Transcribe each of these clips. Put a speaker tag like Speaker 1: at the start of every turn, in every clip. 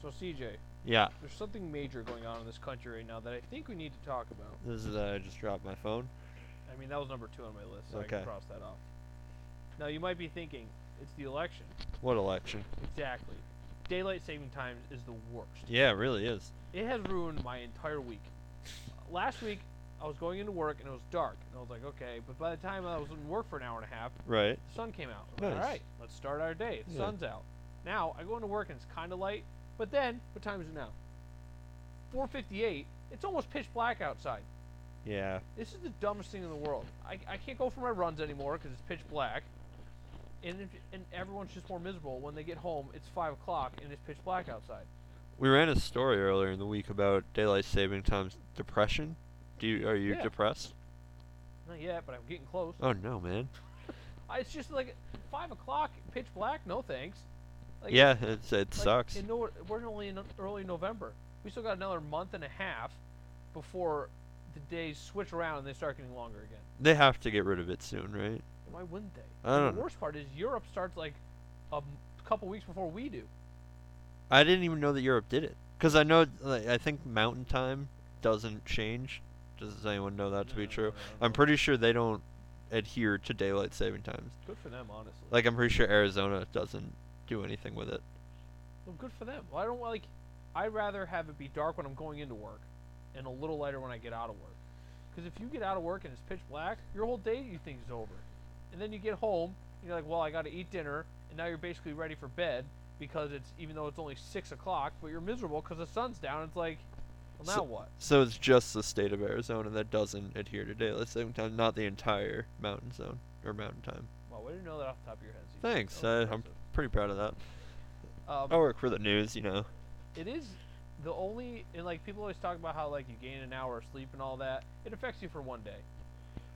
Speaker 1: So CJ,
Speaker 2: Yeah,
Speaker 1: there's something major going on in this country right now that I think we need to talk about.
Speaker 2: this is uh, I just dropped my phone.
Speaker 1: I mean, that was number two on my list, so I
Speaker 2: Okay.
Speaker 1: can cross that off. Now you might be thinking it's the election.
Speaker 2: What election?
Speaker 1: Exactly. Daylight saving time is the worst.
Speaker 2: Yeah, it really is.
Speaker 1: It has ruined my entire week. Last week, I was going into work and it was dark, and I was like, okay. But by the time I was in work for an hour and a half,
Speaker 2: Right.
Speaker 1: the sun came out.
Speaker 2: Nice.
Speaker 1: All right, let's start our day. The
Speaker 2: Yeah.
Speaker 1: sun's out. Now I go into work and it's kind of light. But then, what time is it now? 4:58. It's almost pitch black outside.
Speaker 2: Yeah.
Speaker 1: This is the dumbest thing in the world. I, I can't go for my runs anymore because it's pitch black, and if, and everyone's just more miserable when they get home. It's five o'clock and it's pitch black outside.
Speaker 2: We ran a story earlier in the week about daylight saving time's depression. Do you are you
Speaker 1: Yeah.
Speaker 2: depressed?
Speaker 1: Not yet, but I'm getting close.
Speaker 2: Oh no, man.
Speaker 1: I, it's just like five o'clock, pitch black. No thanks. Like,
Speaker 2: yeah, it's it
Speaker 1: like,
Speaker 2: sucks.
Speaker 1: in Nor- we're only in early November. We still got another month and a half before the days switch around and they start getting longer again.
Speaker 2: They have to get rid of it soon, right?
Speaker 1: And why wouldn't they?
Speaker 2: I
Speaker 1: And the
Speaker 2: don't know.
Speaker 1: worst part is Europe starts like a m- couple weeks before we do.
Speaker 2: I didn't even know that Europe did it. Cause I know like, I think mountain time doesn't change. Does anyone know that to be
Speaker 1: No,
Speaker 2: true?
Speaker 1: I don't
Speaker 2: I'm
Speaker 1: know.
Speaker 2: pretty sure they don't adhere to daylight saving times.
Speaker 1: Good for them, honestly.
Speaker 2: Like I'm pretty sure Arizona doesn't do anything with it.
Speaker 1: Well, good for them. Well, I don't like. I'd rather have it be dark when I'm going into work, and a little lighter when I get out of work. Because if you get out of work and it's pitch black, your whole day you think is over, and then you get home and you're like, well, I got to eat dinner, and now you're basically ready for bed because it's even though it's only six o'clock, but you're miserable because the sun's down. It's like, well, now
Speaker 2: So-
Speaker 1: what?
Speaker 2: So it's just the state of Arizona that doesn't adhere to daylight saving time, not the entire mountain zone or mountain time.
Speaker 1: Well, we didn't know that off the top of your head. so you- that
Speaker 2: Thanks.
Speaker 1: was
Speaker 2: I, I'm Oh.
Speaker 1: impressive.
Speaker 2: pretty proud of that.
Speaker 1: Um,
Speaker 2: I work for the news, you know.
Speaker 1: it is the only and like people always talk about how like you gain an hour of sleep and all that. It affects you for one day.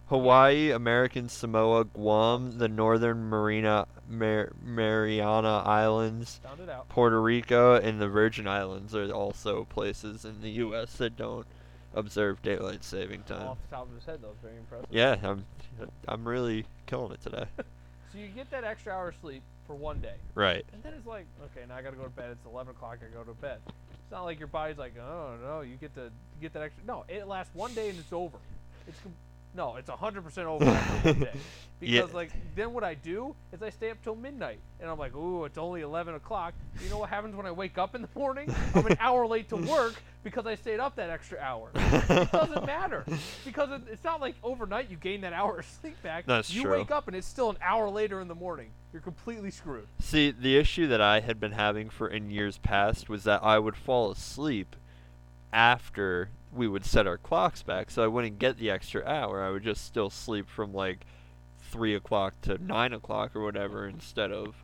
Speaker 2: Hawaii, American Samoa, Guam, the Northern Marina Mar- Mariana Islands,
Speaker 1: Sound it out.
Speaker 2: Puerto Rico, and the Virgin Islands are also places in the U.S. that don't observe daylight saving time.
Speaker 1: Off the top of his head, though, it's very impressive.
Speaker 2: Uh, Yeah, I'm, I'm really killing it today.
Speaker 1: So you get that extra hour of sleep for one day,
Speaker 2: right.
Speaker 1: and then it's like, okay, now I gotta go to bed. It's 11 o'clock. I go to bed. It's not like your body's like, oh no, you get to you get that extra. No, it lasts one day and it's over. It's com- no, it's 100 percent over after one day.
Speaker 2: Yeah.
Speaker 1: Because like then what I do is I stay up till midnight, and I'm like, ooh, it's only 11 o'clock. You know what happens when I wake up in the morning? I'm an hour late to work because I stayed up that extra hour. It doesn't matter because it, it's not like overnight you gain that hour of sleep back.
Speaker 2: That's
Speaker 1: you
Speaker 2: true.
Speaker 1: wake up and it's still an hour later in the morning. You're completely screwed.
Speaker 2: See, the issue that I had been having for in years past was that I would fall asleep after we would set our clocks back, so I wouldn't get the extra hour. I would just still sleep from like three o'clock to nine o'clock or whatever instead of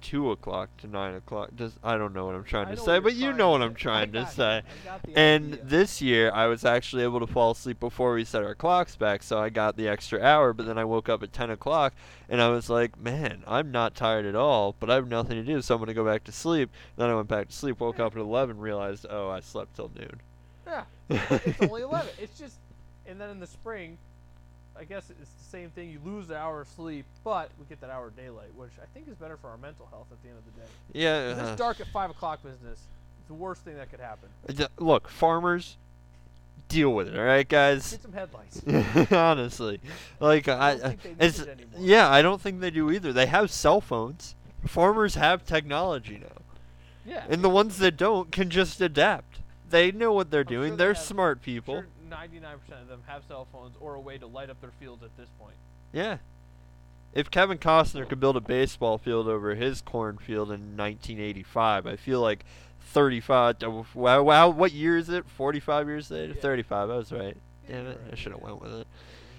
Speaker 2: two o'clock to nine o'clock. Does I don't know what I'm trying
Speaker 1: I
Speaker 2: to
Speaker 1: know
Speaker 2: say,
Speaker 1: what
Speaker 2: but
Speaker 1: you're
Speaker 2: you know what
Speaker 1: to
Speaker 2: I'm
Speaker 1: say.
Speaker 2: trying
Speaker 1: I
Speaker 2: to
Speaker 1: got it.
Speaker 2: say.
Speaker 1: I got the
Speaker 2: And
Speaker 1: idea.
Speaker 2: this year, I was actually able to fall asleep before we set our clocks back, so I got the extra hour. But then I woke up at 10 o'clock, and I was like, man, I'm not tired at all, but I have nothing to do, so I'm going to go back to sleep. Then I went back to sleep, woke up at 11, realized, oh, I slept till noon.
Speaker 1: Yeah, it's only 11. It's just, and then in the spring, I guess it's the same thing. You lose an hour of sleep, but we get that hour of daylight, which I think is better for our mental health at the end of the day.
Speaker 2: yeah.
Speaker 1: 'Cause
Speaker 2: uh,
Speaker 1: This dark at five o'clock business is the worst thing that could happen.
Speaker 2: d- Look, farmers, deal with it, all right, guys?
Speaker 1: Get some headlights.
Speaker 2: Honestly. Like, I. uh,
Speaker 1: don't think they need
Speaker 2: it's,
Speaker 1: it anymore.
Speaker 2: yeah, I don't think they do either. They have cell phones, farmers have technology now.
Speaker 1: Yeah.
Speaker 2: And the ones that don't can just adapt. They know what they're
Speaker 1: I'm sure
Speaker 2: doing.
Speaker 1: they
Speaker 2: they are
Speaker 1: have-
Speaker 2: smart people.
Speaker 1: Sure, 99% of them have cell phones or a way to light up their fields at this point.
Speaker 2: Yeah. If Kevin Costner could build a baseball field over his cornfield in 1985, I feel like 35. to- Wow, wow what year is it? 45 years later?
Speaker 1: Yeah.
Speaker 2: 35. I was right.
Speaker 1: Yeah,
Speaker 2: Damn
Speaker 1: you're
Speaker 2: it! I
Speaker 1: right,
Speaker 2: should have
Speaker 1: yeah.
Speaker 2: went with it.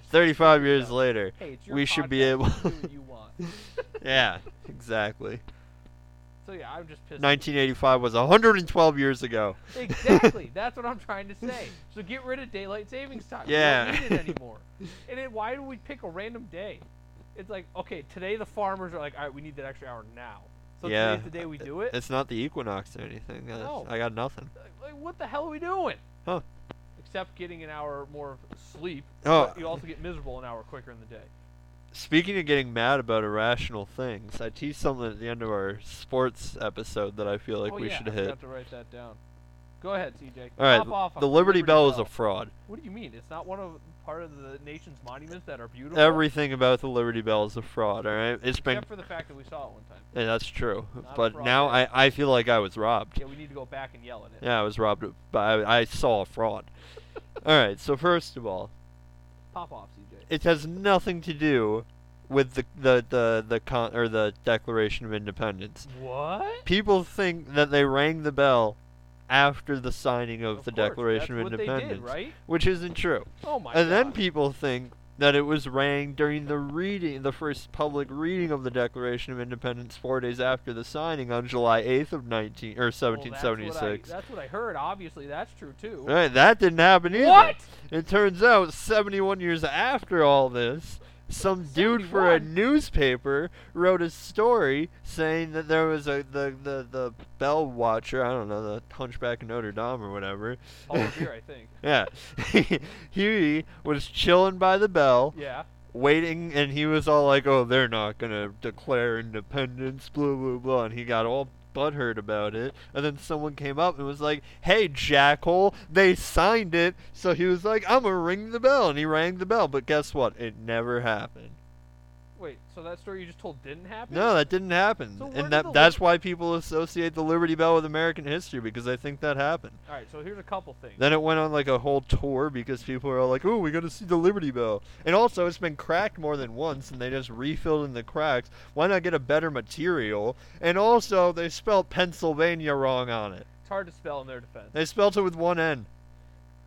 Speaker 2: 35 years
Speaker 1: Yeah.
Speaker 2: later.
Speaker 1: Hey, it's your
Speaker 2: We should be
Speaker 1: podcast,
Speaker 2: able-
Speaker 1: you do what you want.
Speaker 2: Yeah, exactly.
Speaker 1: So yeah, I'm just pissed.
Speaker 2: 1985 was 112 years ago.
Speaker 1: Exactly. That's what I'm trying to say. So get rid of daylight savings time.
Speaker 2: Yeah.
Speaker 1: We don't need it anymore. and then why do we pick a random day? It's like, okay, today the farmers are like, all right, we need that extra hour now. So
Speaker 2: yeah.
Speaker 1: today's the day we do it.
Speaker 2: It's not the equinox or anything. That's-
Speaker 1: No.
Speaker 2: I got nothing.
Speaker 1: like, what the hell are we doing?
Speaker 2: Huh.
Speaker 1: Except getting an hour more of sleep.
Speaker 2: Oh.
Speaker 1: But you also get miserable an hour quicker in the day.
Speaker 2: Speaking of getting mad about irrational things, I teased something at the end of our sports episode that I feel like
Speaker 1: oh,
Speaker 2: we
Speaker 1: yeah,
Speaker 2: should
Speaker 1: I
Speaker 2: hit.
Speaker 1: forgot to write that down. Go ahead, TJ.
Speaker 2: All right,
Speaker 1: Pop off on
Speaker 2: the Liberty, Bell is a fraud.
Speaker 1: What do you mean? It's not one of part of the nation's monuments that are beautiful.
Speaker 2: Everything about the Liberty Bell is a fraud. All right, it's been
Speaker 1: except for the fact that we saw it one time.
Speaker 2: yeah, that's true,
Speaker 1: Not a
Speaker 2: but
Speaker 1: fraud,
Speaker 2: now
Speaker 1: yeah.
Speaker 2: I, I feel like I was robbed.
Speaker 1: Yeah, we need to go back and yell at it.
Speaker 2: Yeah, I was robbed, of- but I, I saw a fraud. all right, so first of all,
Speaker 1: Pop off, TJ.
Speaker 2: it has nothing to do with the the the the con- or the Declaration of Independence.
Speaker 1: What?
Speaker 2: People think that they rang the bell after the signing of,
Speaker 1: Of
Speaker 2: the
Speaker 1: course,
Speaker 2: Declaration
Speaker 1: that's
Speaker 2: of
Speaker 1: what
Speaker 2: Independence,
Speaker 1: they did, right?
Speaker 2: which isn't true.
Speaker 1: Oh my
Speaker 2: and then
Speaker 1: God.
Speaker 2: people think that it was rang during the reading, the first public reading of the Declaration of Independence, four days after the signing on July 8th of 19 or
Speaker 1: Well,
Speaker 2: 1776.
Speaker 1: That's what, I, that's what I heard. Obviously, that's true too.
Speaker 2: Right, that didn't happen either.
Speaker 1: What?
Speaker 2: It turns out, 71 years after all this, some dude for a
Speaker 1: 71?
Speaker 2: newspaper wrote a story saying that there was a the the, the bell watcher, I don't know, the Hunchback of Notre Dame or whatever.
Speaker 1: Paul Revere, I think.
Speaker 2: Yeah, he was chilling by the bell,
Speaker 1: Yeah.
Speaker 2: waiting, and he was all like, "Oh, they're not gonna declare independence, blah blah blah," and he got all butthurt about it. And then someone came up and was like, "Hey, jackhole, they signed it." So he was like, "I'm gonna ring the bell," and he rang the bell. But guess what? It never happened.
Speaker 1: Wait. So that story you just told didn't happen?
Speaker 2: No, that didn't happen,
Speaker 1: So where did
Speaker 2: and
Speaker 1: the
Speaker 2: that that's why people associate the Liberty Bell with American history because they think that happened.
Speaker 1: All right. So here's a couple things.
Speaker 2: Then it went on like a whole tour because people were all like, "Oh, we got to see the Liberty Bell." And also, it's been cracked more than once, and they just refilled in the cracks. Why not get a better material? And also, they spelled Pennsylvania wrong on it.
Speaker 1: it's hard to spell in their defense.
Speaker 2: They spelled it with one N.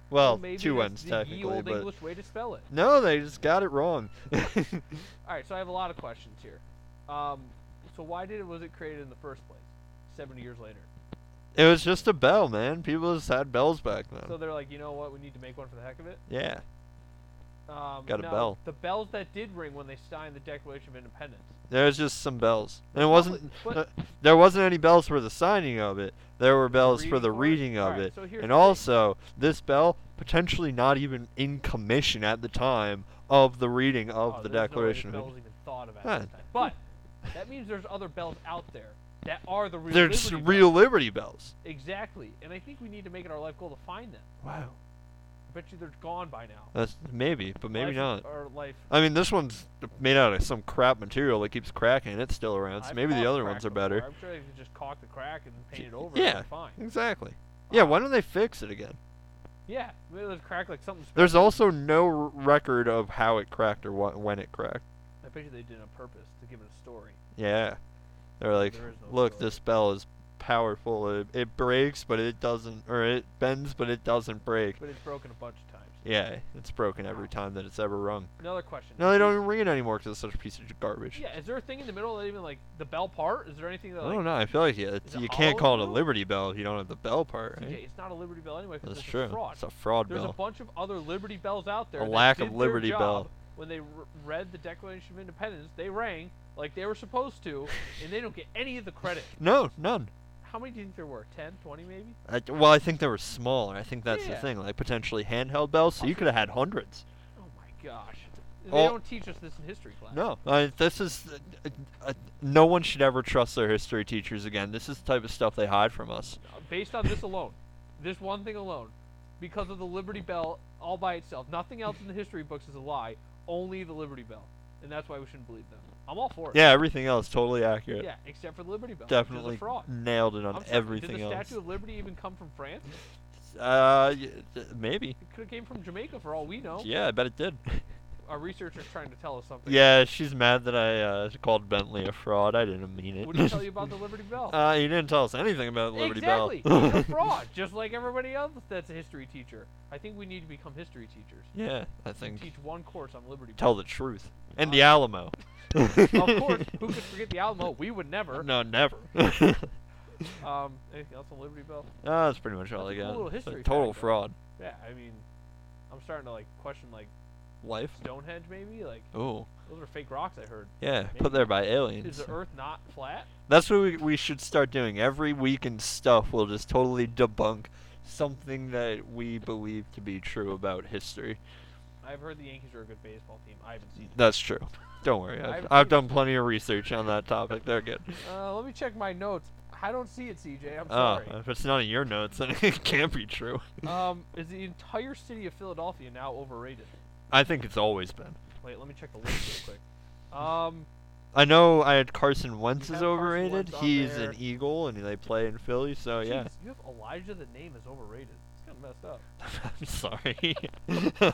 Speaker 1: Well,
Speaker 2: Well,
Speaker 1: maybe
Speaker 2: two
Speaker 1: that's
Speaker 2: N's
Speaker 1: the ye
Speaker 2: technically,
Speaker 1: old
Speaker 2: but
Speaker 1: English way to spell it.
Speaker 2: no, they just got it wrong.
Speaker 1: All right, so I have a lot of questions here. Um, so why did it was it created in the first place? Seventy years later.
Speaker 2: it was just a bell, man. People just had bells back then.
Speaker 1: So they're like, you know what? We need to make one for the heck of it.
Speaker 2: yeah,
Speaker 1: Um,
Speaker 2: Got a
Speaker 1: now,
Speaker 2: bell.
Speaker 1: The bells that did ring when they signed the Declaration of Independence.
Speaker 2: there was just some bells. And it wasn't.
Speaker 1: but-
Speaker 2: uh, there wasn't any bells for the signing of it. There were bells for
Speaker 1: reading
Speaker 2: the
Speaker 1: for it?
Speaker 2: reading of
Speaker 1: Alright,
Speaker 2: it.
Speaker 1: so here's the
Speaker 2: and
Speaker 1: thing.
Speaker 2: also, this bell potentially not even in commission at the time of the reading of
Speaker 1: Oh,
Speaker 2: the
Speaker 1: there's no way
Speaker 2: Declaration
Speaker 1: this
Speaker 2: of
Speaker 1: bell was even thought about
Speaker 2: Huh.
Speaker 1: at the time. But that means there's other bells out there that are the real.
Speaker 2: There's
Speaker 1: Liberty
Speaker 2: real
Speaker 1: Bells.
Speaker 2: Liberty bells.
Speaker 1: Exactly, and I think we need to make it our life goal to find them.
Speaker 2: Wow.
Speaker 1: I bet you they're gone by now.
Speaker 2: That's maybe, but maybe
Speaker 1: Life-
Speaker 2: not.
Speaker 1: Or life.
Speaker 2: I mean, this one's made out of some crap material that keeps cracking. It's still around, so
Speaker 1: I've
Speaker 2: maybe
Speaker 1: caulked
Speaker 2: the other
Speaker 1: crack
Speaker 2: ones are
Speaker 1: before.
Speaker 2: better.
Speaker 1: I'm sure they could just caulk the crack and paint it over. and
Speaker 2: Yeah,
Speaker 1: it'd be fine.
Speaker 2: exactly. Yeah, why don't they fix it again?
Speaker 1: Yeah, maybe there's crack like something.
Speaker 2: There's
Speaker 1: special.
Speaker 2: also no r- record of how it cracked or wh- when it cracked.
Speaker 1: I bet you they did it on purpose to give it a story.
Speaker 2: Yeah. They're like,
Speaker 1: there is no
Speaker 2: look,
Speaker 1: story."
Speaker 2: this bell is powerful. It, it breaks, but it doesn't, or it bends, but it doesn't break.
Speaker 1: But it's broken a bunch of times.
Speaker 2: Yeah, it's broken every time that it's ever rung.
Speaker 1: Another question.
Speaker 2: No, they
Speaker 1: is-
Speaker 2: don't even ring it anymore because it's such a piece of garbage.
Speaker 1: Yeah, is there a thing in the middle that even like the bell part? Is there anything that
Speaker 2: I
Speaker 1: like
Speaker 2: don't know. I feel like it,
Speaker 1: Is it
Speaker 2: you can't
Speaker 1: hollow
Speaker 2: call it a
Speaker 1: now?
Speaker 2: Liberty Bell if you don't have the bell part,
Speaker 1: TJ,
Speaker 2: right?
Speaker 1: it's not a Liberty Bell anyway because
Speaker 2: That's
Speaker 1: it's
Speaker 2: true.
Speaker 1: a fraud.
Speaker 2: It's a fraud
Speaker 1: There's a
Speaker 2: bell.
Speaker 1: bunch of other Liberty Bells out there.
Speaker 2: A
Speaker 1: that
Speaker 2: lack of
Speaker 1: did their
Speaker 2: Liberty
Speaker 1: job
Speaker 2: Bell.
Speaker 1: When they r- read the Declaration of Independence, they rang like they were supposed to, and they don't get any of the credit.
Speaker 2: No, none.
Speaker 1: How many do you think there were? 10, 20 maybe?
Speaker 2: I, well, I think they were smaller. I think that's
Speaker 1: Yeah.
Speaker 2: the thing. Like potentially handheld bells, so you could have had hundreds.
Speaker 1: Oh my gosh. They
Speaker 2: All-
Speaker 1: don't teach us this in history class.
Speaker 2: No, uh, this is. Uh, uh, no one should ever trust their history teachers again. This is the type of stuff they hide from us.
Speaker 1: Uh, Based on this alone, this one thing alone, because of the Liberty Bell all by itself, nothing else in the history books is a lie, only the Liberty Bell. And that's why we shouldn't believe them. I'm all for it.
Speaker 2: Yeah, everything else totally accurate.
Speaker 1: Yeah, except for the Liberty Bell. Which
Speaker 2: Definitely
Speaker 1: is a fraud.
Speaker 2: nailed it
Speaker 1: I'm
Speaker 2: on
Speaker 1: sorry,
Speaker 2: everything
Speaker 1: Did the
Speaker 2: else.
Speaker 1: Statue of Liberty even come from France?
Speaker 2: Uh, y- th- maybe.
Speaker 1: It could have came from Jamaica for all we know.
Speaker 2: Yeah, I bet it did.
Speaker 1: Our researcher's trying to tell us something.
Speaker 2: yeah, she's mad that I uh, called Bentley a fraud. I didn't mean it.
Speaker 1: What did he tell you about the Liberty Bell?
Speaker 2: uh, you didn't tell us anything about Liberty
Speaker 1: exactly.
Speaker 2: Bell.
Speaker 1: It's a fraud, just like everybody else that's a history teacher. I think we need to become history teachers.
Speaker 2: yeah, I
Speaker 1: and
Speaker 2: think.
Speaker 1: Teach one course on Liberty Bell.
Speaker 2: Tell the truth. And the Alamo. of
Speaker 1: of course, who could forget the Alamo? We would never.
Speaker 2: No, never. uh,
Speaker 1: Um, anything else on Liberty Bell?
Speaker 2: that's pretty much all
Speaker 1: That's
Speaker 2: I
Speaker 1: a cool
Speaker 2: got.
Speaker 1: little
Speaker 2: It's a
Speaker 1: history
Speaker 2: total
Speaker 1: fact, though.
Speaker 2: fraud.
Speaker 1: Yeah, I mean, I'm starting to like question like
Speaker 2: Life.
Speaker 1: Stonehenge maybe. Like
Speaker 2: Oh.
Speaker 1: those are fake rocks. I heard.
Speaker 2: Yeah,
Speaker 1: Maybe.
Speaker 2: put there by
Speaker 1: Is
Speaker 2: aliens.
Speaker 1: the Earth not flat?
Speaker 2: That's what we, we should start doing. Every week in stuff, we'll just totally debunk something that we believe to be true about history.
Speaker 1: I've heard the Yankees are a good baseball team. I haven't seen.
Speaker 2: That's true. Don't worry. I've,
Speaker 1: I've-
Speaker 2: I've done plenty of research on that topic. They're good.
Speaker 1: It. Uh, let me check my notes. I don't see it, CJ. I'm
Speaker 2: Oh,
Speaker 1: sorry.
Speaker 2: if it's not in your notes, then it can't be true.
Speaker 1: um, is the entire city of Philadelphia now overrated?
Speaker 2: I think it's always been.
Speaker 1: Wait, let me check the list real quick. Um,
Speaker 2: I know I had Carson Wentz
Speaker 1: had
Speaker 2: is
Speaker 1: Carson
Speaker 2: overrated.
Speaker 1: Wentz on
Speaker 2: He's
Speaker 1: there.
Speaker 2: an Eagle, and they play in Philly. So Oh, yeah,
Speaker 1: jeez, you have Elijah. The name is overrated. It's kind of messed up.
Speaker 2: I'm sorry.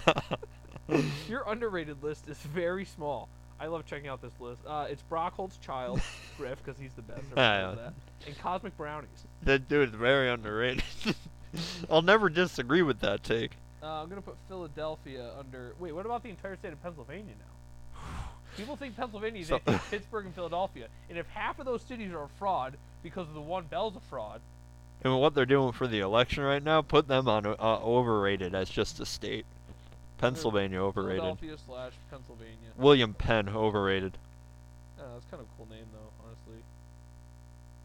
Speaker 1: Your underrated list is very small. I love checking out this list. Uh, it's Brockhold's child, Griff, because he's the best. everybody knows
Speaker 2: Yeah.
Speaker 1: that. And Cosmic Brownies.
Speaker 2: that dude's very underrated. I'll never disagree with that take.
Speaker 1: Uh, I'm gonna put Philadelphia under. Wait, what about the entire state of Pennsylvania now? People think Pennsylvania,
Speaker 2: So-
Speaker 1: they think Pittsburgh and Philadelphia, and if half of those cities are a fraud because of the one bell's a fraud,
Speaker 2: And what they're doing for the election right now, put them on uh, overrated as just a state. Pennsylvania overrated.
Speaker 1: Philadelphia slash Pennsylvania.
Speaker 2: William Penn overrated,
Speaker 1: Uh, that's kind of a cool name though, honestly.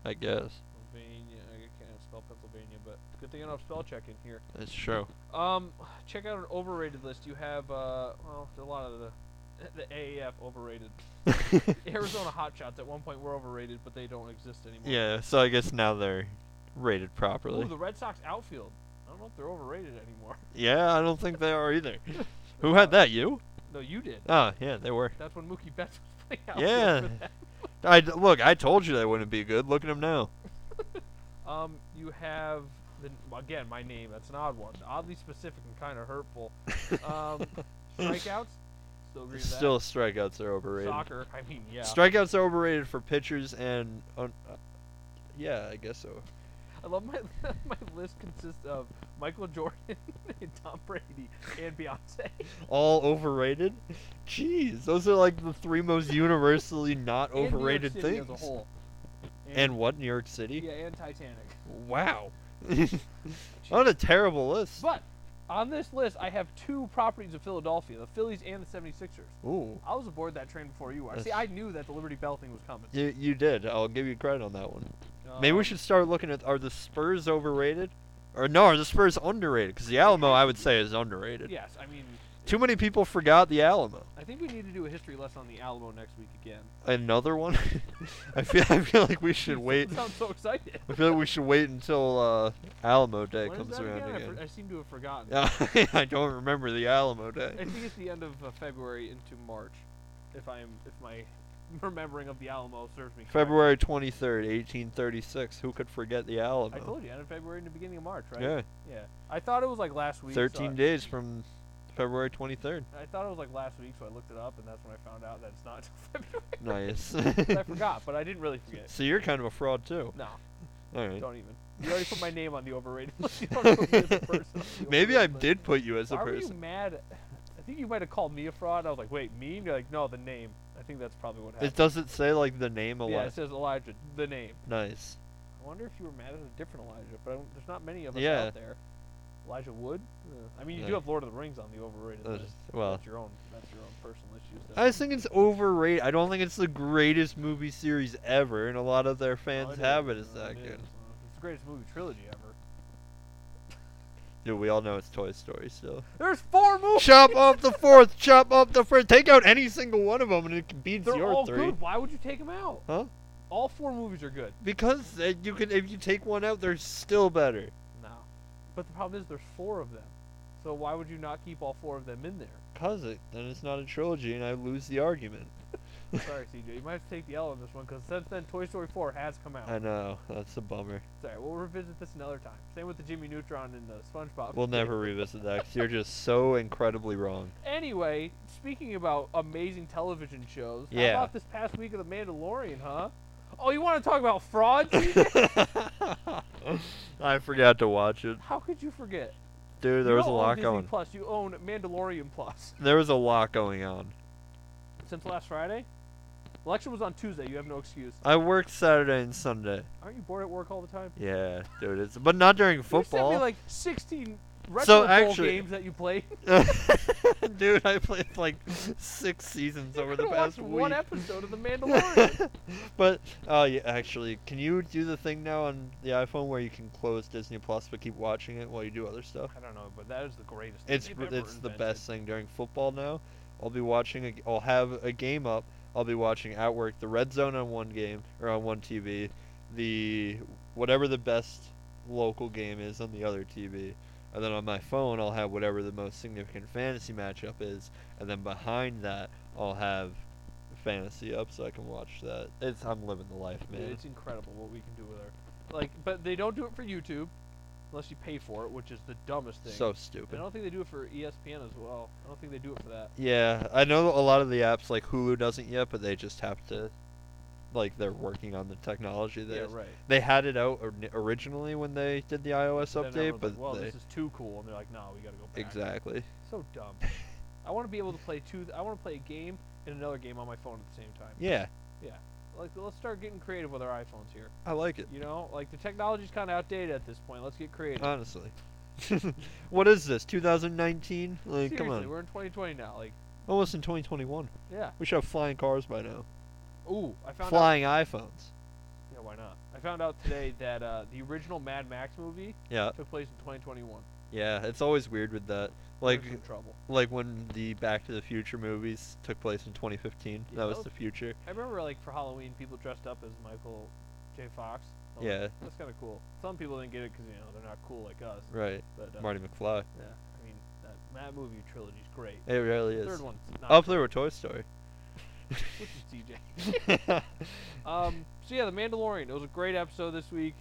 Speaker 2: I guess.
Speaker 1: Pennsylvania. I can't spell Pennsylvania, but good thing I don't have spell check in here.
Speaker 2: That's true.
Speaker 1: Um, check out an overrated list. You have uh, well, a lot of the the AAF overrated. Arizona Hotshots at one point were overrated, but they don't exist anymore.
Speaker 2: yeah, so I guess now they're rated properly.
Speaker 1: Ooh, the Red Sox outfield. I don't know if they're overrated anymore.
Speaker 2: yeah, I don't think they are either. Who had that? You?
Speaker 1: No, you did.
Speaker 2: Oh, yeah, they were.
Speaker 1: That's when Mookie Betts was playing outfield.
Speaker 2: Yeah.
Speaker 1: for
Speaker 2: I d- look. I told you they wouldn't be good. Look at them now.
Speaker 1: that. Um, you have the, again my name. That's an odd one. Oddly specific and kind of hurtful. Um, strikeouts. Still agree with that.
Speaker 2: Still, strikeouts are overrated.
Speaker 1: soccer. I mean, yeah.
Speaker 2: Strikeouts are overrated for pitchers and, un- uh, yeah, I guess so.
Speaker 1: I love my my list consists of Michael Jordan and Tom Brady and Beyonce.
Speaker 2: All overrated. Jeez, those are like the three most universally not
Speaker 1: And New York
Speaker 2: overrated
Speaker 1: City
Speaker 2: things.
Speaker 1: As a whole.
Speaker 2: And what New York City?
Speaker 1: yeah, and Titanic.
Speaker 2: Wow. what a terrible list.
Speaker 1: But on this list, I have two properties of Philadelphia: the Phillies and the 76ers.
Speaker 2: Ooh,
Speaker 1: I was aboard that train before you were. See, I
Speaker 2: That's-
Speaker 1: knew that the Liberty Bell thing was coming.
Speaker 2: you you did. I'll give you credit on that one. Maybe we
Speaker 1: Um,
Speaker 2: should start looking at are the Spurs overrated? Or no, are the Spurs underrated? Because the Alamo, I would say, is underrated.
Speaker 1: Yes, I mean,
Speaker 2: Too many people forgot the Alamo.
Speaker 1: I think we need to do a history lesson on the Alamo next week again.
Speaker 2: Another one. I feel I feel like we should
Speaker 1: You
Speaker 2: wait.
Speaker 1: Sound so excited.
Speaker 2: I feel like we should wait until uh, Alamo Day
Speaker 1: When is
Speaker 2: comes
Speaker 1: that
Speaker 2: around
Speaker 1: again? I,
Speaker 2: again.
Speaker 1: for- I seem to have forgotten.
Speaker 2: Yeah, I don't remember the Alamo
Speaker 1: I
Speaker 2: Day.
Speaker 1: think it's the end of uh, February into March, if I'm if my remembering of the Alamo serves me. correct.
Speaker 2: February twenty third, eighteen thirty six. Who could forget the Alamo?
Speaker 1: I told you, end of February into beginning of March, right?
Speaker 2: Yeah,
Speaker 1: Yeah. I thought it was like last week. so
Speaker 2: thirteen days from February twenty third.
Speaker 1: I, I thought it was like last week, so I looked it up, and that's when I found out that it's not until February.
Speaker 2: Nice.
Speaker 1: I forgot, but I didn't really forget.
Speaker 2: so you're kind of a fraud too.
Speaker 1: No,
Speaker 2: All right.
Speaker 1: don't even. You already put my name on the overrated list. You don't know me as a person on the
Speaker 2: Maybe I
Speaker 1: overrated list.
Speaker 2: did put you as a
Speaker 1: Why were you
Speaker 2: person.
Speaker 1: mad? at- I think you might have called me a fraud. I was like, wait, me? And you're like, no, the name. I think that's probably what happened.
Speaker 2: It doesn't say like the name
Speaker 1: yeah, it
Speaker 2: Elijah.
Speaker 1: says Elijah, the name.
Speaker 2: Nice.
Speaker 1: I wonder if you were mad at a different Elijah, but I don't, there's not many of us
Speaker 2: Yeah.
Speaker 1: out there. Elijah Wood. Uh, I mean, you do
Speaker 2: Yeah.
Speaker 1: have Lord of the Rings on the overrated
Speaker 2: Uh,
Speaker 1: list.
Speaker 2: well.
Speaker 1: that's your own. That's your own personal issues. though.
Speaker 2: I just think it's overrated. I don't think it's the greatest movie series ever, and a lot of their fans
Speaker 1: Well, it
Speaker 2: have it
Speaker 1: is.
Speaker 2: as
Speaker 1: Uh,
Speaker 2: that
Speaker 1: it
Speaker 2: good.
Speaker 1: is. Uh, It's the greatest movie trilogy ever.
Speaker 2: Dude, we all know it's Toy Story still.
Speaker 1: There's four movies.
Speaker 2: chop up the fourth, chop up the first. Take out any single one of them, and it beats
Speaker 1: They're
Speaker 2: your
Speaker 1: all
Speaker 2: three.
Speaker 1: good. Why would you take them out?
Speaker 2: Huh?
Speaker 1: All four movies are good.
Speaker 2: Because uh, you can, if you take one out, they're still better.
Speaker 1: No, but the problem is there's four of them. So why would you not keep all four of them in there?
Speaker 2: Cause it, then it's not a trilogy, and I lose the argument.
Speaker 1: Sorry, CJ, you might have to take the L on this one because since then Toy Story 4 has come out.
Speaker 2: I know that's a bummer.
Speaker 1: Sorry, we'll revisit this another time. Same with the Jimmy Neutron and the SpongeBob.
Speaker 2: We'll
Speaker 1: thing.
Speaker 2: never revisit that. Cause you're just so incredibly wrong.
Speaker 1: Anyway, speaking about amazing television shows,
Speaker 2: Yeah.
Speaker 1: how about this past week of The Mandalorian, huh? Oh, you want to talk about fraud?
Speaker 2: I forgot to watch it,
Speaker 1: how could you forget?
Speaker 2: dude.
Speaker 1: You
Speaker 2: There was a
Speaker 1: don't own
Speaker 2: lot
Speaker 1: Disney
Speaker 2: going.
Speaker 1: Plus, you own Mandalorian Plus.
Speaker 2: There was a lot going on.
Speaker 1: Since last Friday, election was on Tuesday. You have no excuse.
Speaker 2: I worked Saturday and Sunday.
Speaker 1: Aren't you bored at work all the time?
Speaker 2: Yeah, dude. It's but not during
Speaker 1: You sent me
Speaker 2: football.
Speaker 1: like 16 retro
Speaker 2: So
Speaker 1: bowl
Speaker 2: actually-
Speaker 1: games that you play.
Speaker 2: Dude, I played like six seasons over the
Speaker 1: I
Speaker 2: past
Speaker 1: watched
Speaker 2: week.
Speaker 1: one episode of The Mandalorian.
Speaker 2: but oh, yeah, actually, can you do the thing now on the iPhone where you can close Disney Plus but keep watching it while you do other stuff?
Speaker 1: I don't know, but that is the greatest. thing
Speaker 2: It's
Speaker 1: they've
Speaker 2: r-
Speaker 1: ever
Speaker 2: it's the
Speaker 1: invented.
Speaker 2: best thing during football now. I'll be watching. A, g- I'll have a game up. I'll be watching at work the red zone on one game or on one TV, the whatever the best local game is on the other TV, and then on my phone I'll have whatever the most significant fantasy matchup is, and then behind that I'll have fantasy up so I can watch that. It's I'm living the life,
Speaker 1: Dude,
Speaker 2: man.
Speaker 1: it's incredible what we can do with our. Like, but they don't do it for YouTube, unless you pay for it, which is the dumbest thing.
Speaker 2: So
Speaker 1: I
Speaker 2: stupid. E
Speaker 1: don't think they do it for E ESPN as well. I don't think they do it for that.
Speaker 2: Yeah, I know a lot of the apps like Hulu doesn't yet, but they just have to, like, they're working on the technology. That
Speaker 1: Yeah,
Speaker 2: is-
Speaker 1: right.
Speaker 2: They had it out or- originally when they did the iOS
Speaker 1: Then
Speaker 2: update,
Speaker 1: everyone's
Speaker 2: but
Speaker 1: like, well,
Speaker 2: they
Speaker 1: this is too cool, and they're like, no, we gotta go back.
Speaker 2: exactly.
Speaker 1: So dumb. I want to be able to play two. I want to play a game and another game on my phone at the same time.
Speaker 2: Yeah,
Speaker 1: Like, let's start getting creative with our iPhones here.
Speaker 2: I like it
Speaker 1: You know, like the technology's kind of outdated at this point. Let's get creative.
Speaker 2: honestly. what is this? 2019? Like,
Speaker 1: Seriously,
Speaker 2: come on,
Speaker 1: we're in 2020 now. Like,
Speaker 2: almost in 2021.
Speaker 1: yeah.
Speaker 2: We should have flying cars by now.
Speaker 1: Ooh, I found out.
Speaker 2: Flying iPhones.
Speaker 1: Yeah, why not? I found out today that uh, the original Mad Max movie
Speaker 2: Yeah,
Speaker 1: took place in 2021.
Speaker 2: yeah. It's always weird with that. Like,
Speaker 1: There's some trouble.
Speaker 2: like when the Back to the Future movies took place in 2015.
Speaker 1: Yeah,
Speaker 2: that
Speaker 1: that
Speaker 2: was
Speaker 1: was-
Speaker 2: the future.
Speaker 1: I remember like for Halloween, people dressed up as Michael J. Fox. I was like,
Speaker 2: Yeah.
Speaker 1: that's kind of cool. Some people didn't get it because you know they're not cool like us.
Speaker 2: Right.
Speaker 1: But uh,
Speaker 2: Marty McFly.
Speaker 1: yeah, I mean that, that movie trilogy's great.
Speaker 2: It really
Speaker 1: The
Speaker 2: is.
Speaker 1: third one's not
Speaker 2: Up
Speaker 1: great,
Speaker 2: there with Toy Story.
Speaker 1: which is DJ. Um, so yeah, The Mandalorian. It was a great episode this week,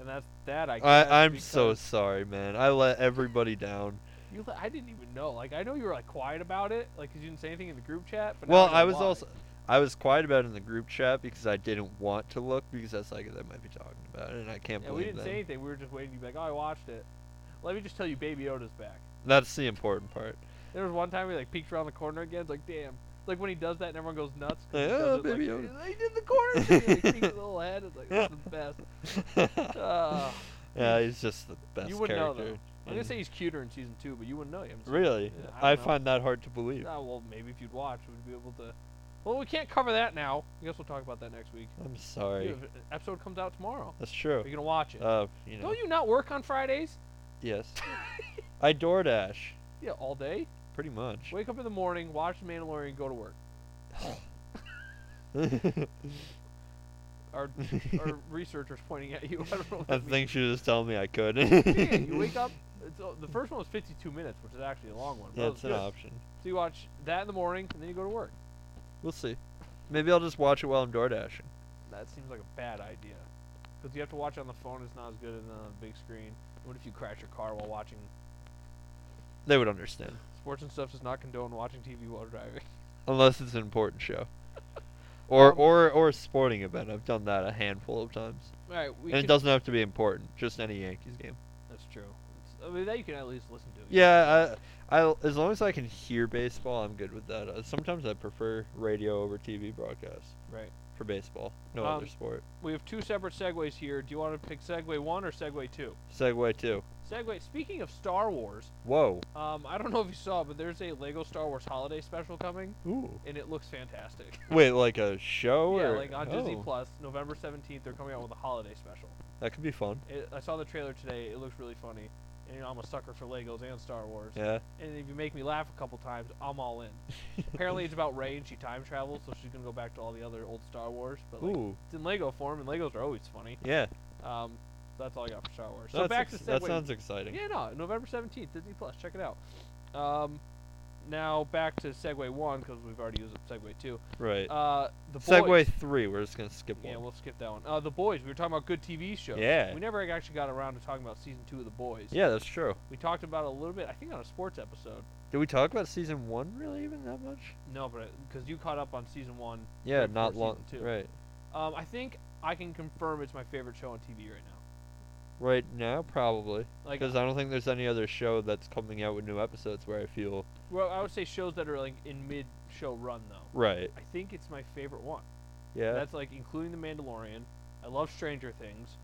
Speaker 1: and that's that. I guess
Speaker 2: I, I'm so
Speaker 1: because
Speaker 2: sorry, man. I let everybody down.
Speaker 1: You, li- I didn't even know. Like I know you were like quiet about it, like 'cause you didn't say anything in the group chat. But now
Speaker 2: well,
Speaker 1: know
Speaker 2: I was
Speaker 1: why.
Speaker 2: also I was quiet about it in the group chat because I didn't want to look because that's like they might be talking about it and I can't
Speaker 1: Yeah, we
Speaker 2: believe
Speaker 1: didn't
Speaker 2: them.
Speaker 1: say anything. We were just waiting to be like, oh, I watched it. Let me just tell you, Baby Yoda's back.
Speaker 2: That's the important part.
Speaker 1: There was one time he like peeks around the corner again. It's like, damn. It's like when he does that, and everyone goes nuts. 'cause he
Speaker 2: Yeah,
Speaker 1: does it,
Speaker 2: oh, Baby
Speaker 1: like,
Speaker 2: Yoda.
Speaker 1: He did the corner. thing," he, like, peeks his little head. It's like that's the best. Ah.
Speaker 2: yeah, he's just the best
Speaker 1: you wouldn't know
Speaker 2: character.
Speaker 1: though. I'm gonna
Speaker 2: and-
Speaker 1: say he's cuter in season two, but you wouldn't know him.
Speaker 2: really,
Speaker 1: Yeah, I
Speaker 2: I,
Speaker 1: don't know.
Speaker 2: find that hard to believe.
Speaker 1: Ah, well, maybe if you'd watch, we'd be able to. Well, we can't cover that now. I guess we'll talk about that next week.
Speaker 2: I'm sorry.
Speaker 1: Yeah, if an episode comes out tomorrow.
Speaker 2: That's
Speaker 1: Are
Speaker 2: true.
Speaker 1: you gonna watch it?
Speaker 2: Uh, you know.
Speaker 1: Don't you not work on Fridays?
Speaker 2: Yes. I DoorDash
Speaker 1: Yeah, all day.
Speaker 2: pretty much.
Speaker 1: Wake up in the morning, watch The Mandalorian, go to work. Our our researchers pointing at you. I don't know. What
Speaker 2: I
Speaker 1: that
Speaker 2: think she was just telling me I could.
Speaker 1: means. Yeah, you wake up. It's, uh, the first one was 52 minutes, which is actually a long one. but it was
Speaker 2: That's an
Speaker 1: good.
Speaker 2: option.
Speaker 1: So you watch that in the morning, and then you go to work.
Speaker 2: We'll see. Maybe I'll just watch it while I'm door dashing.
Speaker 1: That seems like a bad idea. Because you have to watch it on the phone. It's not as good as on the big screen. What if you crash your car while watching?
Speaker 2: They would understand.
Speaker 1: Sports and stuff does not condone watching TV while driving.
Speaker 2: Unless it's an important show. Or
Speaker 1: Um,
Speaker 2: or or a sporting event. I've done that a handful of times.
Speaker 1: All right, we
Speaker 2: and
Speaker 1: can-
Speaker 2: it doesn't have to be important, just any Yankees game.
Speaker 1: That's true. It's, I mean, that you can at least listen to.
Speaker 2: Yeah, I I as long as I can hear baseball, I'm good with that. Uh, sometimes I prefer radio over TV broadcast
Speaker 1: Right.
Speaker 2: for baseball. No other
Speaker 1: Um,
Speaker 2: sport.
Speaker 1: We have two separate segues here. Do you want to pick segue one or segue two?
Speaker 2: Segway too.
Speaker 1: Segue. Speaking of Star Wars,
Speaker 2: Whoa.
Speaker 1: um, I don't know if you saw, but there's a Lego Star Wars holiday special coming,
Speaker 2: Ooh.
Speaker 1: and it looks fantastic.
Speaker 2: Wait, like a show
Speaker 1: yeah,
Speaker 2: or
Speaker 1: like on Disney
Speaker 2: oh,
Speaker 1: Plus, November 17th, they're coming out with a holiday special.
Speaker 2: That could be fun.
Speaker 1: It, I saw the trailer today. It looks really funny. And you know, I'm a sucker for Legos and Star Wars.
Speaker 2: Yeah.
Speaker 1: And if you make me laugh a couple times, I'm all in. Apparently, it's about Rey and she time travels, so she's gonna go back to all the other old Star Wars. But like,
Speaker 2: Ooh.
Speaker 1: it's in Lego form, and Legos are always funny.
Speaker 2: Yeah.
Speaker 1: Um, so that's all I got for Star Wars. So
Speaker 2: that's
Speaker 1: back
Speaker 2: ex-
Speaker 1: to
Speaker 2: that
Speaker 1: Segway.
Speaker 2: sounds exciting.
Speaker 1: yeah, no, November seventeenth, Disney Plus. Check it out. Um, now back to Segway one because we've already used up Segway two.
Speaker 2: Right.
Speaker 1: Uh, the
Speaker 2: Segway
Speaker 1: boys.
Speaker 2: three. We're just gonna skip
Speaker 1: Yeah,
Speaker 2: one.
Speaker 1: we'll skip that one. Uh, the boys. We were talking about good TV shows.
Speaker 2: Yeah.
Speaker 1: We never actually got around to talking about season two of the boys.
Speaker 2: yeah, that's true.
Speaker 1: We talked about it a little bit, I think, on a sports episode.
Speaker 2: Did we talk about season one really even that much?
Speaker 1: No, but because you caught up on season one.
Speaker 2: Yeah,
Speaker 1: right
Speaker 2: not
Speaker 1: before
Speaker 2: long.
Speaker 1: season two.
Speaker 2: Right.
Speaker 1: Um, I think I can confirm it's my favorite show on TV right now.
Speaker 2: Right now, probably
Speaker 1: Like,
Speaker 2: because I don't think there's any other show that's coming out with new episodes where I feel
Speaker 1: well, I would say shows that are like in mid-show run though.
Speaker 2: right.
Speaker 1: I think it's my favorite one.
Speaker 2: Yeah.
Speaker 1: That's like including The Mandalorian. I love Stranger Things,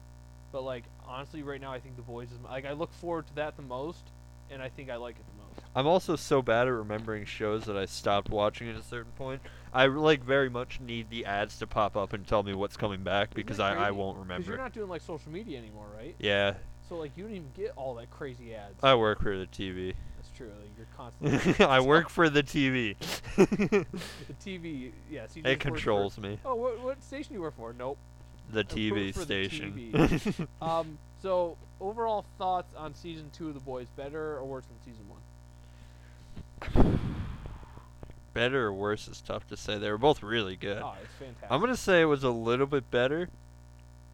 Speaker 1: but like honestly, right now I think The Boys is my, like I look forward to that the most and I think I like it the most.
Speaker 2: I'm also so bad at remembering shows that I stopped watching at a certain point. I like very much need the ads to pop up and tell me what's coming back because
Speaker 1: that
Speaker 2: I, I
Speaker 1: crazy?
Speaker 2: won't
Speaker 1: Because
Speaker 2: remember.
Speaker 1: you're not doing like social media anymore, right?
Speaker 2: yeah,
Speaker 1: So like you don't even get all that crazy ads.
Speaker 2: I work for the TV.
Speaker 1: That's true. Like, you're constantly.
Speaker 2: Uh, I work for the TV.
Speaker 1: the TV. Yes, you just work
Speaker 2: it
Speaker 1: for-
Speaker 2: controls me.
Speaker 1: Oh, what, what station do you work for? Nope.
Speaker 2: The
Speaker 1: for-
Speaker 2: TV
Speaker 1: for the
Speaker 2: station.
Speaker 1: Um. So overall thoughts on season two of The Boys: better or worse than season one?
Speaker 2: better or worse is tough to say. They were both really good.
Speaker 1: Oh, it's fantastic.
Speaker 2: I'm gonna say it was a little bit better,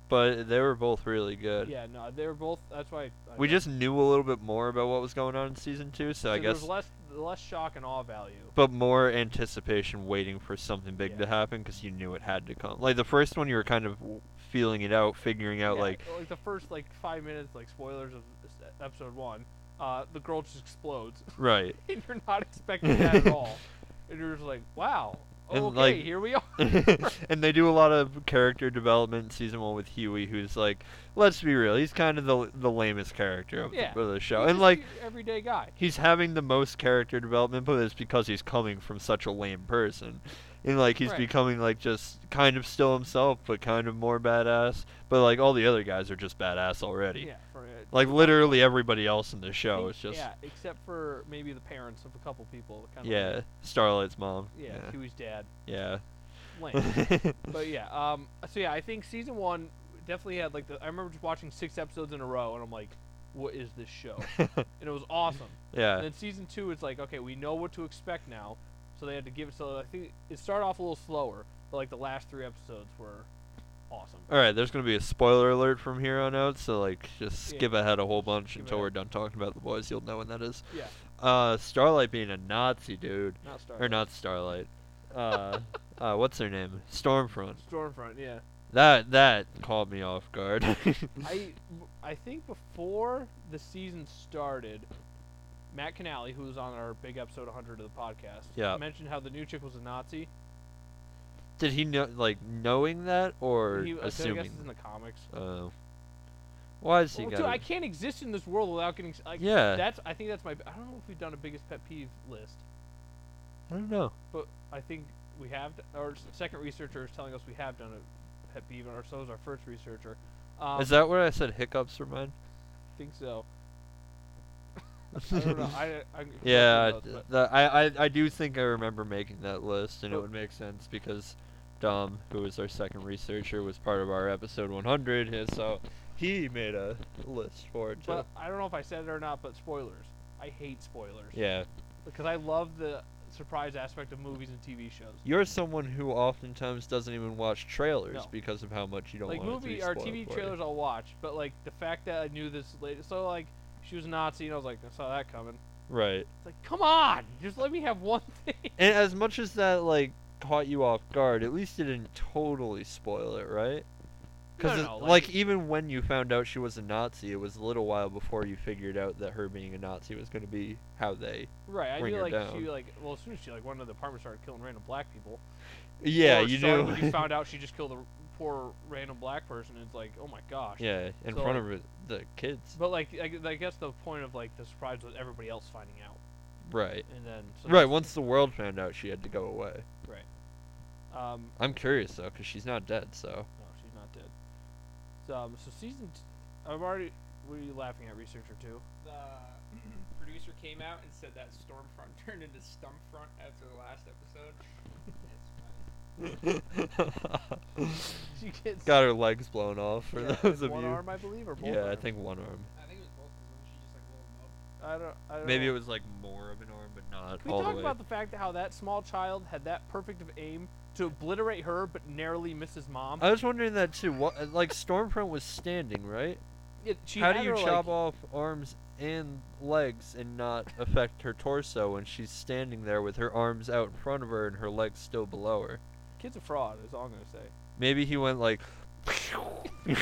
Speaker 2: but they were both really good.
Speaker 1: Yeah, no, they were both. That's why. I
Speaker 2: We
Speaker 1: like-
Speaker 2: just knew a little bit more about what was going on in season two, so,
Speaker 1: so
Speaker 2: I
Speaker 1: there
Speaker 2: guess
Speaker 1: was less less shock and awe value.
Speaker 2: but more anticipation waiting for something big
Speaker 1: Yeah.
Speaker 2: to happen because you knew it had to come. Like the first one, you were kind of w- feeling it out, figuring out
Speaker 1: Yeah,
Speaker 2: like,
Speaker 1: like the first like five minutes, like spoilers of this e- episode one. Uh, the girl just explodes,
Speaker 2: right.
Speaker 1: and you're not expecting that at all, and you're just like, wow.
Speaker 2: And,
Speaker 1: Okay,
Speaker 2: like-
Speaker 1: here we are.
Speaker 2: and they do a lot of character development in season one with Huey, who's like, let's be real, he's kind of the the lamest character of,
Speaker 1: Yeah.
Speaker 2: the, of the show,
Speaker 1: He's
Speaker 2: and
Speaker 1: just
Speaker 2: like
Speaker 1: your everyday guy.
Speaker 2: he's having the most character development, but it's because he's coming from such a lame person. And like he's
Speaker 1: Right.
Speaker 2: becoming like just kind of still himself, but kind of more badass. But like all the other guys are just badass already.
Speaker 1: Yeah, for, uh,
Speaker 2: Like literally everybody else in the
Speaker 1: think-
Speaker 2: show is just
Speaker 1: yeah, except for maybe the parents of a couple people. Kind of
Speaker 2: yeah, Starlight's mom.
Speaker 1: yeah, Huey's dad,
Speaker 2: yeah.
Speaker 1: Lance.
Speaker 2: Yeah.
Speaker 1: But yeah, um, so yeah, I think season one definitely had like the. I remember just watching six episodes in a row, and I'm like, "What is this show?" and it was awesome. And
Speaker 2: yeah.
Speaker 1: then season two, it's like, okay, we know what to expect now, so they had to give it. So I think it started off a little slower, but like the last three episodes were awesome.
Speaker 2: All right, there's gonna be a spoiler alert from here on out, so like just
Speaker 1: Yeah.
Speaker 2: skip ahead a whole bunch
Speaker 1: Skip
Speaker 2: until
Speaker 1: ahead.
Speaker 2: we're done talking about the boys. You'll know when that is.
Speaker 1: Yeah,
Speaker 2: Uh, Starlight being a Nazi dude.
Speaker 1: not Star.
Speaker 2: or not Starlight. Uh, uh, what's her name? Stormfront.
Speaker 1: Stormfront. Yeah,
Speaker 2: That that caught me off guard.
Speaker 1: I I think before the season started. Matt Canali, who was on our big episode 100 of the podcast,
Speaker 2: Yeah.
Speaker 1: mentioned how the new chick was a Nazi.
Speaker 2: Did he know like knowing that or
Speaker 1: He, I guess
Speaker 2: assuming?
Speaker 1: it's in the comics.
Speaker 2: Oh. why is he
Speaker 1: Well,
Speaker 2: got?
Speaker 1: dude,
Speaker 2: it?
Speaker 1: I can't exist in this world without getting. s- Like,
Speaker 2: Yeah.
Speaker 1: That's. I think that's my. I don't know if we've done a biggest pet peeve list,
Speaker 2: I don't know.
Speaker 1: but I think we have. d- Our s- second researcher is telling us we have done a pet peeve, or so is our first researcher. Um,
Speaker 2: is that where I said hiccups were mine?
Speaker 1: I think so. I don't know. I, I, I can't
Speaker 2: yeah,
Speaker 1: remember
Speaker 2: I-
Speaker 1: those, but- Oh.
Speaker 2: that- I, I I do think I remember making that list, and it
Speaker 1: But-
Speaker 2: would make sense because Dom, who is our second researcher, was part of our episode 100, and so he made a list for it too.
Speaker 1: but I don't know if I said it or not. But spoilers. I hate spoilers
Speaker 2: yeah.
Speaker 1: because I love the surprise aspect of movies and TV shows.
Speaker 2: You're someone who oftentimes doesn't even watch trailers
Speaker 1: No.
Speaker 2: because of how much you don't
Speaker 1: like
Speaker 2: want it to
Speaker 1: movie
Speaker 2: be
Speaker 1: or
Speaker 2: spoiled
Speaker 1: TV
Speaker 2: for
Speaker 1: trailers I'll watch, but like the fact that I knew this lady, so like she was a Nazi, and I was like, I saw that coming.
Speaker 2: you. Right.
Speaker 1: It's like, come on, just let me have one thing.
Speaker 2: And as much as that like caught you off guard, at least it didn't totally spoil it, right?
Speaker 1: No,
Speaker 2: Because
Speaker 1: no,
Speaker 2: like,
Speaker 1: like-
Speaker 2: even when you found out she was a Nazi, it was a little while before you figured out that her being a Nazi was going to be how they.
Speaker 1: Right, I
Speaker 2: Bring
Speaker 1: knew
Speaker 2: her
Speaker 1: like she
Speaker 2: down.
Speaker 1: like well as soon as she like went into the apartment started killing random black people.
Speaker 2: Yeah,
Speaker 1: Or
Speaker 2: you
Speaker 1: started
Speaker 2: knew.
Speaker 1: When you found out she just killed a r- poor random black person, it's like, oh my gosh.
Speaker 2: yeah, in
Speaker 1: So,
Speaker 2: front of it- the kids.
Speaker 1: But like, I, gu- I guess the point of like the surprise was everybody else finding out,
Speaker 2: Right.
Speaker 1: and then so
Speaker 2: Right. Once the world found out, she had to go away.
Speaker 1: Um,
Speaker 2: I'm curious though, because she's not dead, so.
Speaker 1: no, she's not dead. So, um, so season, t- I'm already. What are you laughing at, researcher two?
Speaker 3: the producer came out and said that Stormfront turned into Stumpfront after the last episode. It's funny.
Speaker 1: She gets
Speaker 2: Got her legs blown off for
Speaker 1: yeah,
Speaker 2: those of
Speaker 1: one
Speaker 2: you.
Speaker 1: arm, I believe, or both.
Speaker 2: yeah, I
Speaker 1: arms.
Speaker 2: think one arm.
Speaker 3: I think it was both because wasn't she just like a little mob?
Speaker 1: I don't. I don't
Speaker 2: Maybe
Speaker 1: know.
Speaker 2: it was like more of an arm, but not
Speaker 1: Can we
Speaker 2: all
Speaker 1: talk
Speaker 2: the way.
Speaker 1: about the fact that how that small child had that perfect of aim to obliterate her, but narrowly misses mom?
Speaker 2: I was wondering that too. What uh, like Stormfront was standing right?
Speaker 1: Yeah, she
Speaker 2: How
Speaker 1: had
Speaker 2: do you
Speaker 1: her,
Speaker 2: chop
Speaker 1: like,
Speaker 2: off arms and legs and not affect her torso when she's standing there with her arms out in front of her and her legs still below her?
Speaker 1: Kid's a fraud. Is all I'm gonna say.
Speaker 2: Maybe he went like.
Speaker 1: A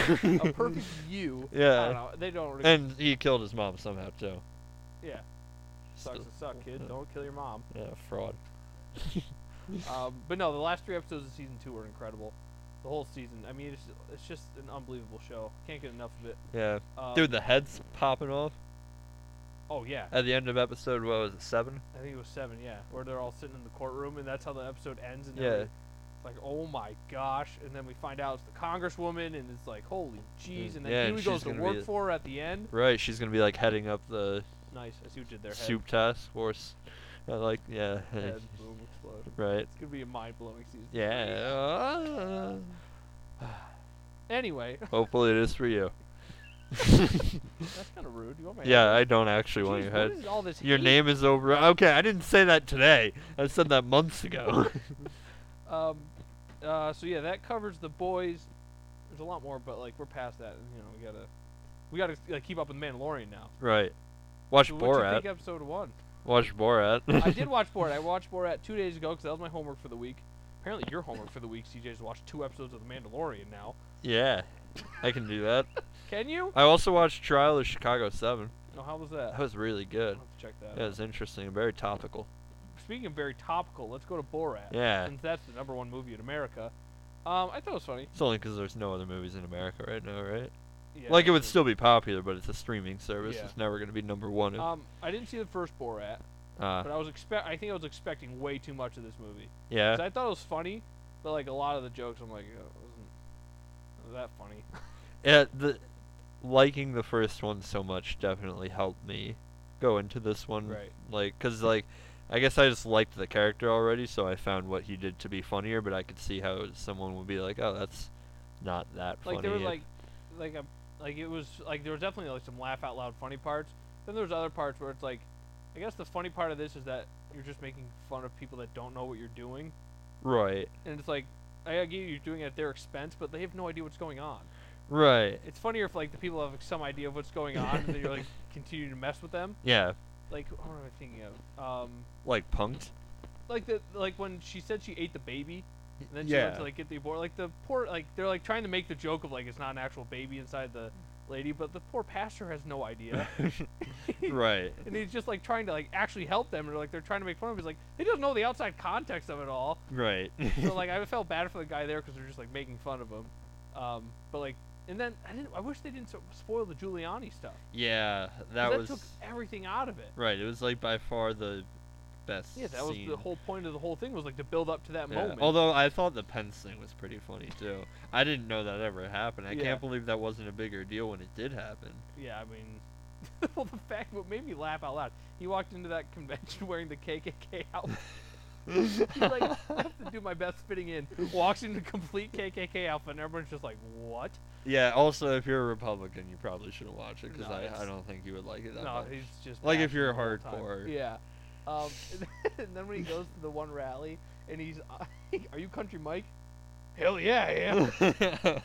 Speaker 1: perfect you. I don't
Speaker 2: yeah,
Speaker 1: know. They don't. Really,
Speaker 2: and he killed his mom somehow too.
Speaker 1: yeah, sucks
Speaker 2: Still-
Speaker 1: to suck, kid.
Speaker 2: yeah.
Speaker 1: Don't kill your mom.
Speaker 2: Yeah, fraud.
Speaker 1: Um, but no, the last three episodes of season two were incredible. The whole season. I mean, it's it's just an unbelievable show. Can't get enough of it.
Speaker 2: Yeah,
Speaker 1: Um,
Speaker 2: dude, the head's popping off.
Speaker 1: Oh yeah,
Speaker 2: At the end of episode, what was it, seven?
Speaker 1: I think it was seven. Yeah, where they're all sitting in the courtroom, and that's how the episode ends. And
Speaker 2: Yeah.
Speaker 1: every- it's like, oh my gosh, and then we find out it's the congresswoman, and it's like, holy jeez, and then
Speaker 2: Yeah,
Speaker 1: Huey
Speaker 2: and she's
Speaker 1: goes to
Speaker 2: gonna be
Speaker 1: work
Speaker 2: a-
Speaker 1: for her at the end.
Speaker 2: Right, she's gonna be like heading up the
Speaker 1: Nice, I see what you did there. Head,
Speaker 2: soup task force. I like, yeah,
Speaker 1: head, boom, explode.
Speaker 2: right,
Speaker 1: It's gonna be a mind blowing season. three.
Speaker 2: yeah.
Speaker 1: Anyway,
Speaker 2: Hopefully, it is for you.
Speaker 1: that's kind of rude. You want my
Speaker 2: yeah, I
Speaker 1: address?
Speaker 2: don't actually want
Speaker 1: Jeez,
Speaker 2: your
Speaker 1: What
Speaker 2: head.
Speaker 1: is all this
Speaker 2: Your
Speaker 1: hate?
Speaker 2: name is over. Okay, I didn't say that today. I said that months ago.
Speaker 1: Um, uh, so yeah, that covers the boys. There's a lot more, but like we're past that. You know, we gotta, we gotta like keep up with Mandalorian now.
Speaker 2: right. Watch
Speaker 1: So what'd you
Speaker 2: Borat.
Speaker 1: think of episode one?
Speaker 2: Watch Borat.
Speaker 1: I did watch Borat. I watched Borat two days ago because that was my homework for the week. Apparently, your homework for the week, CJ, is watch two episodes of The Mandalorian now.
Speaker 2: yeah, I can do that.
Speaker 1: Can you?
Speaker 2: I also watched Trial of Chicago Seven.
Speaker 1: No, how was that?
Speaker 2: That was really
Speaker 1: I'll
Speaker 2: good.
Speaker 1: have to check that.
Speaker 2: Yeah, it
Speaker 1: out.
Speaker 2: was interesting and very topical.
Speaker 1: Speaking of very topical, let's go to Borat.
Speaker 2: Yeah,
Speaker 1: Since that's the number one movie in America. Um, I thought it was funny.
Speaker 2: it's only 'cause there's no other movies in America right now, right?
Speaker 1: Yeah,
Speaker 2: like it would
Speaker 1: that's
Speaker 2: still be popular, but it's a streaming service.
Speaker 1: Yeah.
Speaker 2: It's never gonna be number one.
Speaker 1: true.
Speaker 2: if-
Speaker 1: Um, I didn't see the first Borat,
Speaker 2: uh,
Speaker 1: but I was expect. I think I was expecting way too much of this movie.
Speaker 2: yeah,
Speaker 1: 'Cause I thought it was funny, but like a lot of the jokes, I'm like, oh, it wasn't that funny.
Speaker 2: yeah. The liking the first one so much definitely helped me go into this one.
Speaker 1: Right.
Speaker 2: Like, cause like, I guess I just liked the character already, so I found what he did to be funnier. But I could see how someone would be like, "Oh, that's not that funny."
Speaker 1: like there was
Speaker 2: if-
Speaker 1: like like a like it was like there was definitely like some laugh out loud funny parts then there was other parts where it's like i guess the funny part of this is that you're just making fun of people that don't know what you're doing
Speaker 2: right,
Speaker 1: and it's like i get you, you're doing it at their expense but they have no idea what's going on
Speaker 2: right,
Speaker 1: it's funnier if like the people have some idea of what's going on and then you're like continue to mess with them
Speaker 2: yeah,
Speaker 1: like what am i thinking of um
Speaker 2: like punked.
Speaker 1: like the like when she said she ate the baby and then she went
Speaker 2: Yeah.
Speaker 1: to like get the abort like the poor like they're like trying to make the joke of like it's not an actual baby inside the lady but the poor pastor has no idea
Speaker 2: right.
Speaker 1: and he's just like trying to like actually help them and they're like they're trying to make fun of him he's like they don't know the outside context of it all
Speaker 2: Right.
Speaker 1: so like i felt bad for the guy there because they're just like making fun of him um but like and then i didn't i wish they didn't so, spoil the giuliani stuff 'cause
Speaker 2: yeah, that,
Speaker 1: that,
Speaker 2: was
Speaker 1: took everything out of it
Speaker 2: right. It was like by far the best.
Speaker 1: yeah that was
Speaker 2: scene.
Speaker 1: the whole point of the whole thing was like to build up to that
Speaker 2: Yeah,
Speaker 1: moment
Speaker 2: Although I thought the Pence thing was pretty funny too. I didn't know that ever happened. I
Speaker 1: Yeah.
Speaker 2: can't believe that wasn't a bigger deal when it did happen.
Speaker 1: Yeah, I mean, well, the fact what made me laugh out loud. He walked into that convention wearing the KKK outfit. He's like, I have to do my best fitting in. Walks into complete KKK outfit, and everyone's just like, "What?"
Speaker 2: Yeah. Also, if you're a Republican, you probably shouldn't watch it because
Speaker 1: No,
Speaker 2: I, I
Speaker 1: it's-
Speaker 2: don't think you would like it that
Speaker 1: No,
Speaker 2: much.
Speaker 1: he's just
Speaker 2: Like, if
Speaker 1: bashing
Speaker 2: you're
Speaker 1: the whole time.
Speaker 2: hardcore.
Speaker 1: Yeah. Um, and then when he goes to the one rally, and he's, uh, "Are you Country Mike?" Hell yeah, I am.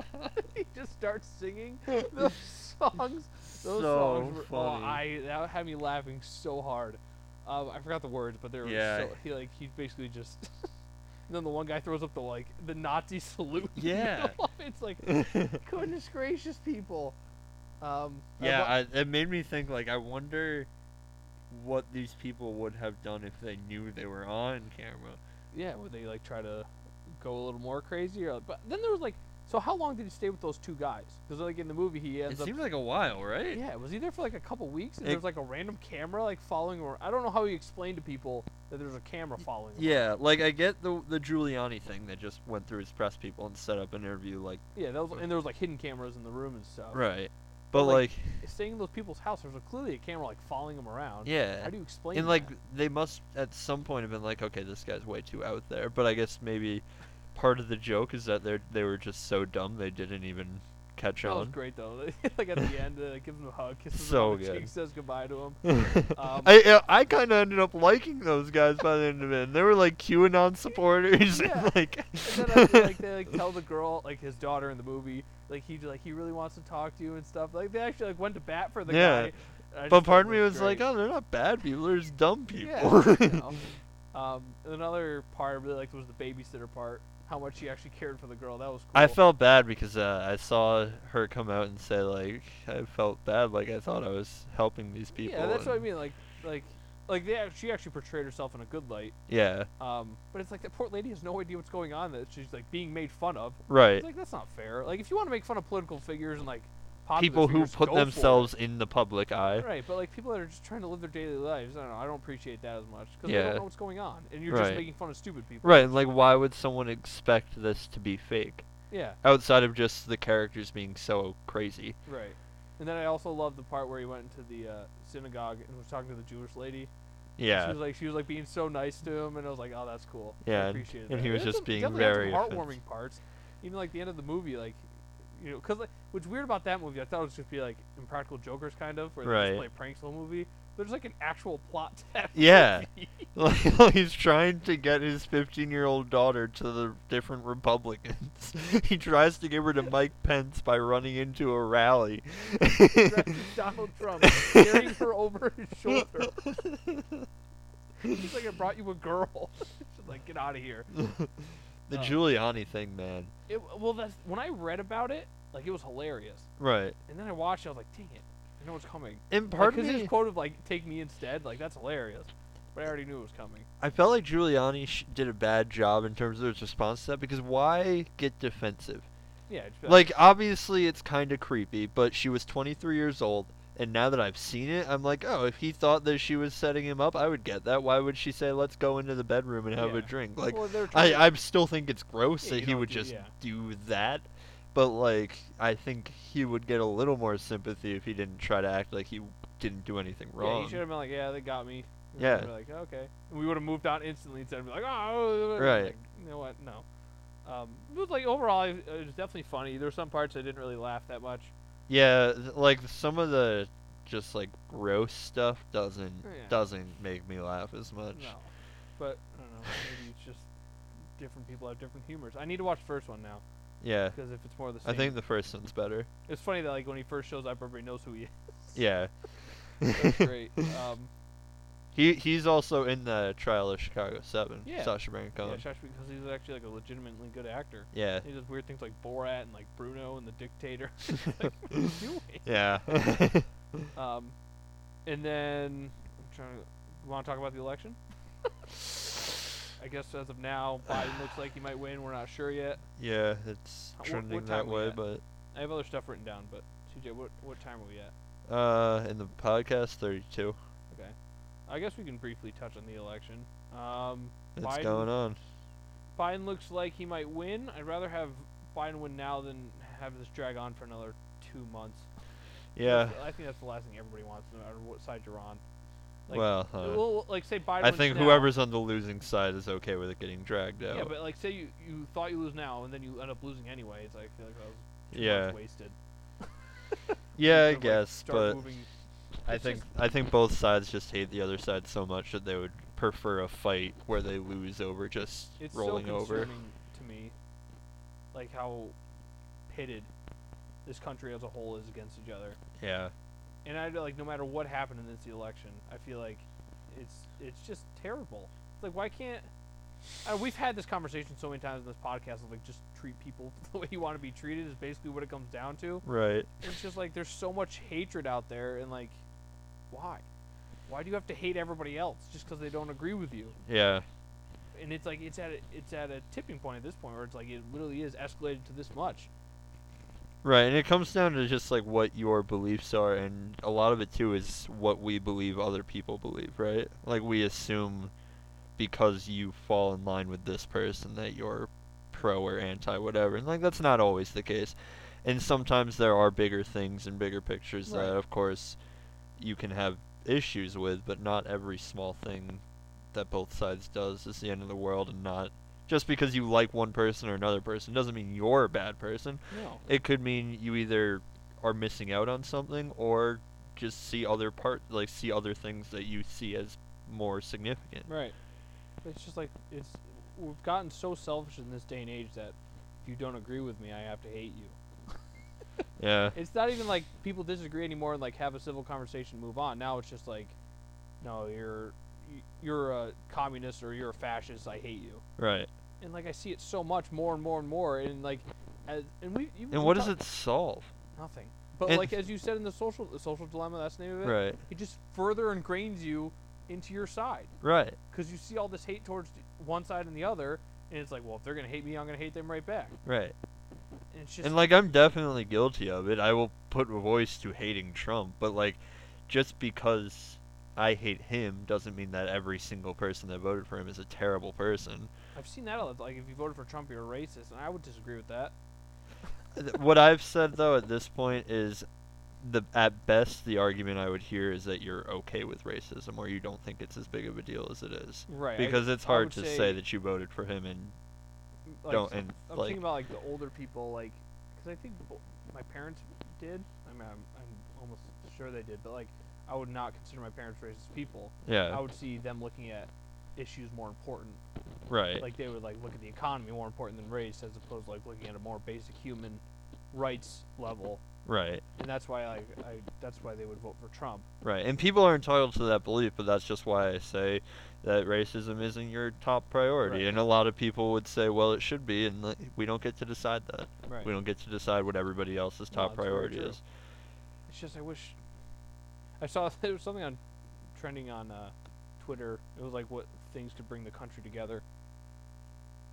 Speaker 1: he just starts singing those songs. Those
Speaker 2: so
Speaker 1: songs were,
Speaker 2: funny.
Speaker 1: Oh, I that had me laughing so hard. Um, I forgot the words, but they were
Speaker 2: Yeah.
Speaker 1: so he like he basically just. and then the one guy throws up the like the Nazi salute. in the
Speaker 2: Yeah.
Speaker 1: middle of it. it's like goodness gracious, people. Um, I
Speaker 2: yeah,
Speaker 1: wa-
Speaker 2: I, it made me think. Like, I wonder what these people would have done if they knew they were on camera.
Speaker 1: yeah. Would they like try to go a little more crazy? Or, but then there was like, so how long did he stay with those two guys? Because like in the movie, he ends
Speaker 2: It
Speaker 1: up
Speaker 2: seemed like a while, right?
Speaker 1: Yeah, was he there for like a couple weeks? And
Speaker 2: It-
Speaker 1: there was like a random camera like following him. ar- I don't know how he explained to people that there's a camera following him.
Speaker 2: Yeah, like I get the the Giuliani thing that just went through his press people and set up an interview, like
Speaker 1: Yeah, that was, and there was like hidden cameras in the room and stuff.
Speaker 2: right,
Speaker 1: But,
Speaker 2: Oh. but,
Speaker 1: like,
Speaker 2: like,
Speaker 1: Staying in those people's house, there's like, clearly a camera like following him around.
Speaker 2: yeah,
Speaker 1: How do you explain?
Speaker 2: and like
Speaker 1: that?
Speaker 2: they must at some point have been like, okay, this guy's way too out there. But I guess maybe part of the joke is that they are they were just so dumb they didn't even catch
Speaker 1: that was
Speaker 2: on.
Speaker 1: great though. like at the end, uh, gives him a hug, kisses
Speaker 2: So
Speaker 1: him on the cheek,
Speaker 2: good.
Speaker 1: says goodbye to him. Um,
Speaker 2: I I kind of ended up liking those guys by the end of it. And they were like QAnon supporters
Speaker 1: Yeah.
Speaker 2: and like
Speaker 1: And then after, like they like tell the girl like his daughter in the movie like he like he really wants to talk to you and stuff. Like they actually like went to bat for the
Speaker 2: Yeah.
Speaker 1: guy. I just
Speaker 2: But
Speaker 1: thought
Speaker 2: part
Speaker 1: it
Speaker 2: of me was
Speaker 1: great.
Speaker 2: like, oh, they're not bad people; they're just dumb
Speaker 1: Yeah,
Speaker 2: people.
Speaker 1: you know. um, and another part I really liked was the babysitter part. How much she actually cared for the girl. That was cool.
Speaker 2: I felt bad because uh, I saw her come out and say like I felt bad, like I thought I was helping these people.
Speaker 1: Yeah, that's what I
Speaker 2: and-
Speaker 1: mean. Like, like, like they act- she actually portrayed herself in a good light.
Speaker 2: Yeah,
Speaker 1: Um, but it's like that poor lady has no idea what's going on. That she's like being made fun of.
Speaker 2: right.
Speaker 1: It's like that's not fair. Like if you want to make fun of political figures and like popular
Speaker 2: people who
Speaker 1: figures
Speaker 2: put
Speaker 1: go for it.
Speaker 2: themselves in the public eye.
Speaker 1: Right, but like people that are just trying to live their daily lives, I don't know. I don't appreciate that as much because I
Speaker 2: Yeah.
Speaker 1: don't know what's going on, and you're just
Speaker 2: Right.
Speaker 1: making fun of stupid people.
Speaker 2: Right, and like why would someone expect this to be fake
Speaker 1: Yeah,
Speaker 2: outside of just the characters being so crazy?
Speaker 1: right. And then I also love the part where he went into the uh, synagogue and was talking to the Jewish lady. She
Speaker 2: Yeah.
Speaker 1: was like, she was like being so nice to him, and I was like, oh, that's cool.
Speaker 2: Yeah,
Speaker 1: I
Speaker 2: and-
Speaker 1: appreciated
Speaker 2: and
Speaker 1: that.
Speaker 2: he was
Speaker 1: There's
Speaker 2: just
Speaker 1: some-
Speaker 2: being
Speaker 1: definitely had
Speaker 2: very
Speaker 1: some
Speaker 2: offensive.
Speaker 1: heartwarming parts. Even like the end of the movie, like you know, because like what's weird about that movie, I thought it was just be like Impractical Jokers kind of, where they just play
Speaker 2: Right.
Speaker 1: pranks the whole movie. There's like an actual plot to that
Speaker 2: Yeah.
Speaker 1: movie.
Speaker 2: Like he's trying to get his 15-year-old daughter to the different Republicans. he tries to give her to Mike Pence by running into a rally.
Speaker 1: Donald Trump carrying her over his shoulder. She's like, I brought you a girl. She's like, get out of here.
Speaker 2: the
Speaker 1: Oh.
Speaker 2: Giuliani thing, man.
Speaker 1: It, well, that's when I read about it. Like, it was hilarious.
Speaker 2: Right.
Speaker 1: And then I watched. it, I was like, dang it, I know what's coming.
Speaker 2: And part
Speaker 1: Because
Speaker 2: of me,
Speaker 1: his quote of like, take me instead. Like, that's hilarious. But I already knew it was coming.
Speaker 2: I felt like Giuliani sh- did a bad job in terms of his response to that because why get defensive?
Speaker 1: Yeah. It's
Speaker 2: Like, obviously, it's kind of creepy, but she was 23 years old, and now that I've seen it, I'm like, oh, if he thought that she was setting him up, I would get that. Why would she say, let's go into the bedroom and have
Speaker 1: Yeah.
Speaker 2: a drink? Like,
Speaker 1: well, they're trying
Speaker 2: I,
Speaker 1: to-
Speaker 2: I still think it's gross
Speaker 1: Yeah, you
Speaker 2: that he
Speaker 1: don't
Speaker 2: would
Speaker 1: do-
Speaker 2: just
Speaker 1: yeah.
Speaker 2: do that, but, like, I think he would get a little more sympathy if he didn't try to act like he didn't do anything
Speaker 1: yeah,
Speaker 2: wrong.
Speaker 1: you should have been like, yeah, they got me. And
Speaker 2: Yeah.
Speaker 1: we're like, okay. And we would have moved on instantly instead of be like, oh,
Speaker 2: Right.
Speaker 1: like, you know what? No. Um, it was like overall, I- it was definitely funny. There were some parts I didn't really laugh that much.
Speaker 2: Yeah, th- like some of the just like gross stuff doesn't
Speaker 1: Oh, Yeah.
Speaker 2: doesn't make me laugh as much.
Speaker 1: No, but I don't know. Maybe it's just different people have different humors. I need to watch the first one now
Speaker 2: Yeah.
Speaker 1: because if it's more of the
Speaker 2: I
Speaker 1: same,
Speaker 2: think the first one's better.
Speaker 1: it's funny that like when he first shows up, everybody knows who he is.
Speaker 2: Yeah.
Speaker 1: That's great. Um,
Speaker 2: he he's also in the Trial of Chicago 7.
Speaker 1: Yeah.
Speaker 2: Sasha Baron
Speaker 1: yeah,
Speaker 2: Cohen.
Speaker 1: it's actually because he's actually like a legitimately good actor.
Speaker 2: Yeah.
Speaker 1: He does weird things like Borat and like Bruno and The Dictator. like, what are you doing?
Speaker 2: Yeah.
Speaker 1: Um, and then I'm trying to. You want to talk about the election? I guess as of now, Biden looks like he might win. We're not sure yet.
Speaker 2: yeah, it's
Speaker 1: How- what- what
Speaker 2: trending
Speaker 1: time
Speaker 2: that
Speaker 1: we
Speaker 2: way,
Speaker 1: at?
Speaker 2: but
Speaker 1: I have other stuff written down, but TJ, what what time are we at?
Speaker 2: uh in the podcast 32.
Speaker 1: Okay. I guess we can briefly touch on the election. Um,
Speaker 2: It's
Speaker 1: Biden-
Speaker 2: going on.
Speaker 1: Biden looks like he might win. I'd rather have Biden win now than have this drag on for another two months.
Speaker 2: Yeah.
Speaker 1: I think that's the last thing everybody wants, no matter what side you're on. like, uh,
Speaker 2: well, uh, huh.
Speaker 1: well, like say Biden.
Speaker 2: I
Speaker 1: wins
Speaker 2: think
Speaker 1: now-
Speaker 2: whoever's on the losing side is okay with it getting dragged out.
Speaker 1: Yeah, but like say you you thought you lose now and then you end up losing anyway. It's like I feel like that was two
Speaker 2: Yeah.
Speaker 1: months wasted. You
Speaker 2: yeah, I
Speaker 1: could've, like,
Speaker 2: guess,
Speaker 1: start
Speaker 2: but
Speaker 1: moving-
Speaker 2: I
Speaker 1: It's
Speaker 2: think
Speaker 1: just-
Speaker 2: I think both sides just hate the other side so much that they would prefer a fight where they lose over just
Speaker 1: it's
Speaker 2: rolling
Speaker 1: so
Speaker 2: over.
Speaker 1: consuming to me, like how pitted this country as a whole is against each other.
Speaker 2: Yeah.
Speaker 1: and I like no matter what happened in this election, I feel like it's it's just terrible. It's like why can't uh, we've had this conversation so many times in this podcast of like just treat people the way you want to be treated is basically what it comes down to.
Speaker 2: Right.
Speaker 1: It's just like there's so much hatred out there and like why? Why do you have to hate everybody else just because they don't agree with you?
Speaker 2: Yeah.
Speaker 1: And it's like it's at a, it's at a tipping point at this point where it's like it literally is escalated to this much.
Speaker 2: Right, and it comes down to just like what your beliefs are and a lot of it too is what we believe other people believe, right? Like we assume because you fall in line with this person that you're pro or anti whatever. And like that's not always the case. And sometimes there are bigger things and bigger pictures
Speaker 1: Right.
Speaker 2: that of course you can have issues with, but not every small thing that both sides does is the end of the world and not just because you like one person or another person doesn't mean you're a bad person
Speaker 1: No.
Speaker 2: it could mean you either are missing out on something or just see other part like see other things that you see as more significant.
Speaker 1: Right. It's just like it's we've gotten so selfish in this day and age that if you don't agree with me, I have to hate you.
Speaker 2: Yeah.
Speaker 1: It's not even like people disagree anymore and like have a civil conversation, move on. Now it's just like, no, you're y- you're a communist or you're a fascist. I hate you.
Speaker 2: Right.
Speaker 1: And like I see it so much more and more and more. And like, as, and we you, we
Speaker 2: And what does
Speaker 1: talk-
Speaker 2: it solve?
Speaker 1: Nothing. But
Speaker 2: and-
Speaker 1: like as you said in the social the social dilemma, that's the name of it.
Speaker 2: Right.
Speaker 1: It just further ingrains you into your side
Speaker 2: Right.
Speaker 1: because you see all this hate towards one side and the other, and it's like, well, if they're gonna hate me, I'm gonna hate them right back.
Speaker 2: Right.
Speaker 1: And it's just
Speaker 2: And like I'm definitely guilty of it. I will put a voice to hating Trump, but like just because I hate him doesn't mean that every single person that voted for him is a terrible person.
Speaker 1: I've seen that a lot. Like if you voted for Trump, you're a racist, and I would disagree with that.
Speaker 2: Th- what I've said though at this point is the at best the argument I would hear is that you're okay with racism or you don't think it's as big of a deal as it is.
Speaker 1: Right.
Speaker 2: Because it's
Speaker 1: I
Speaker 2: hard
Speaker 1: would
Speaker 2: to
Speaker 1: say-
Speaker 2: say that you voted for him and
Speaker 1: like,
Speaker 2: don't
Speaker 1: I'm
Speaker 2: and
Speaker 1: thinking
Speaker 2: like
Speaker 1: about like the older people, like because I think bo- my parents did. I mean, I'm, I'm almost sure they did, but like I would not consider my parents racist people. I
Speaker 2: yeah,
Speaker 1: would see them looking at issues more important.
Speaker 2: right.
Speaker 1: Like they would like look at the economy more important than race, as opposed to like looking at a more basic human rights level.
Speaker 2: right.
Speaker 1: And that's why like I that's why they would vote for Trump.
Speaker 2: Right, and people are entitled to that belief, but that's just why I say that racism isn't your top priority.
Speaker 1: Right.
Speaker 2: And a lot of people would say, well, it should be, and like, we don't get to decide that.
Speaker 1: Right.
Speaker 2: We don't get to decide what everybody else's
Speaker 1: No,
Speaker 2: top
Speaker 1: that's very
Speaker 2: priority
Speaker 1: true.
Speaker 2: is.
Speaker 1: It's just I wish. I saw there was something on trending on uh, Twitter. It was like what things could bring the country together.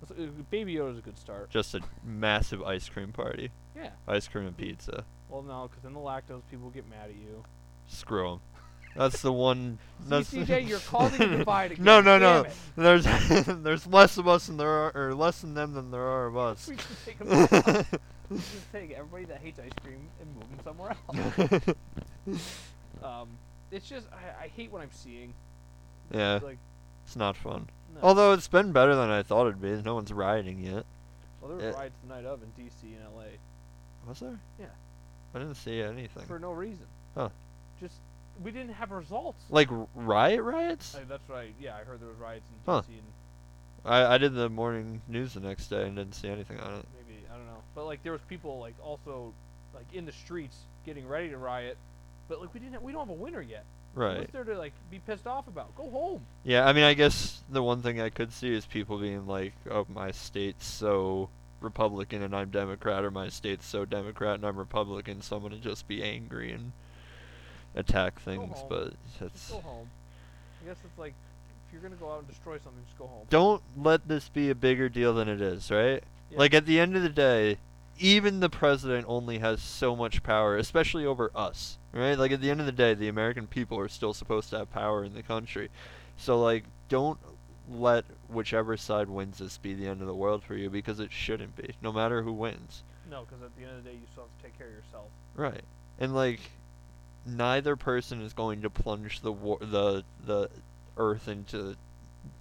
Speaker 1: It's- uh, Baby Yoda's a good start.
Speaker 2: Just a massive ice cream party,
Speaker 1: Yeah.
Speaker 2: ice cream and pizza.
Speaker 1: Well, no, because then the lactose people get mad at you.
Speaker 2: Screw 'em. That's the one.
Speaker 1: See,
Speaker 2: That's
Speaker 1: CJ, you're causing a divide again.
Speaker 2: No, no, no.
Speaker 1: Damn it.
Speaker 2: There's there's less of us than there are, or less than them than there are of us.
Speaker 1: We should take 'em all. We should take everybody that hates ice cream and move them somewhere else. um, it's just I, I hate what I'm seeing.
Speaker 2: yeah,
Speaker 1: Like,
Speaker 2: it's not fun.
Speaker 1: no.
Speaker 2: Although it's been better than I thought it'd be. No one's rioting yet.
Speaker 1: well, there were
Speaker 2: uh,
Speaker 1: riots the night of in D.C. and L.A.
Speaker 2: Was there?
Speaker 1: Yeah.
Speaker 2: I didn't see anything.
Speaker 1: for no reason.
Speaker 2: Huh.
Speaker 1: Just we didn't have results.
Speaker 2: like r- riot riots?
Speaker 1: I, that's right. Yeah, I heard there was riots in
Speaker 2: Huh.
Speaker 1: DC and
Speaker 2: I, I did the morning news the next day and didn't see anything on it.
Speaker 1: maybe I don't know, but like there was people like also like in the streets getting ready to riot, but like we didn't we don't have a winner yet.
Speaker 2: Right.
Speaker 1: What's there to like be pissed off about? Go home.
Speaker 2: Yeah, I mean, I guess the one thing I could see is people being like, oh, my state's so Republican and I'm Democrat, or my state's so Democrat and I'm Republican, so I'm going to just be angry and attack things.
Speaker 1: home.
Speaker 2: But
Speaker 1: Just
Speaker 2: that's.
Speaker 1: go home. I guess it's like if you're gonna go out and destroy something, just go home.
Speaker 2: Don't let this be a bigger deal than it is, right?
Speaker 1: Yeah.
Speaker 2: Like, at the end of the day, even the president only has so much power, especially over us, right? Like, at the end of the day, the American people are still supposed to have power in the country. So, like, don't let whichever side wins this be the end of the world for you because it shouldn't be, no matter who wins.
Speaker 1: No, because at the end of the day, you still have to take care of yourself.
Speaker 2: Right. And, like, neither person is going to plunge the war- the the earth into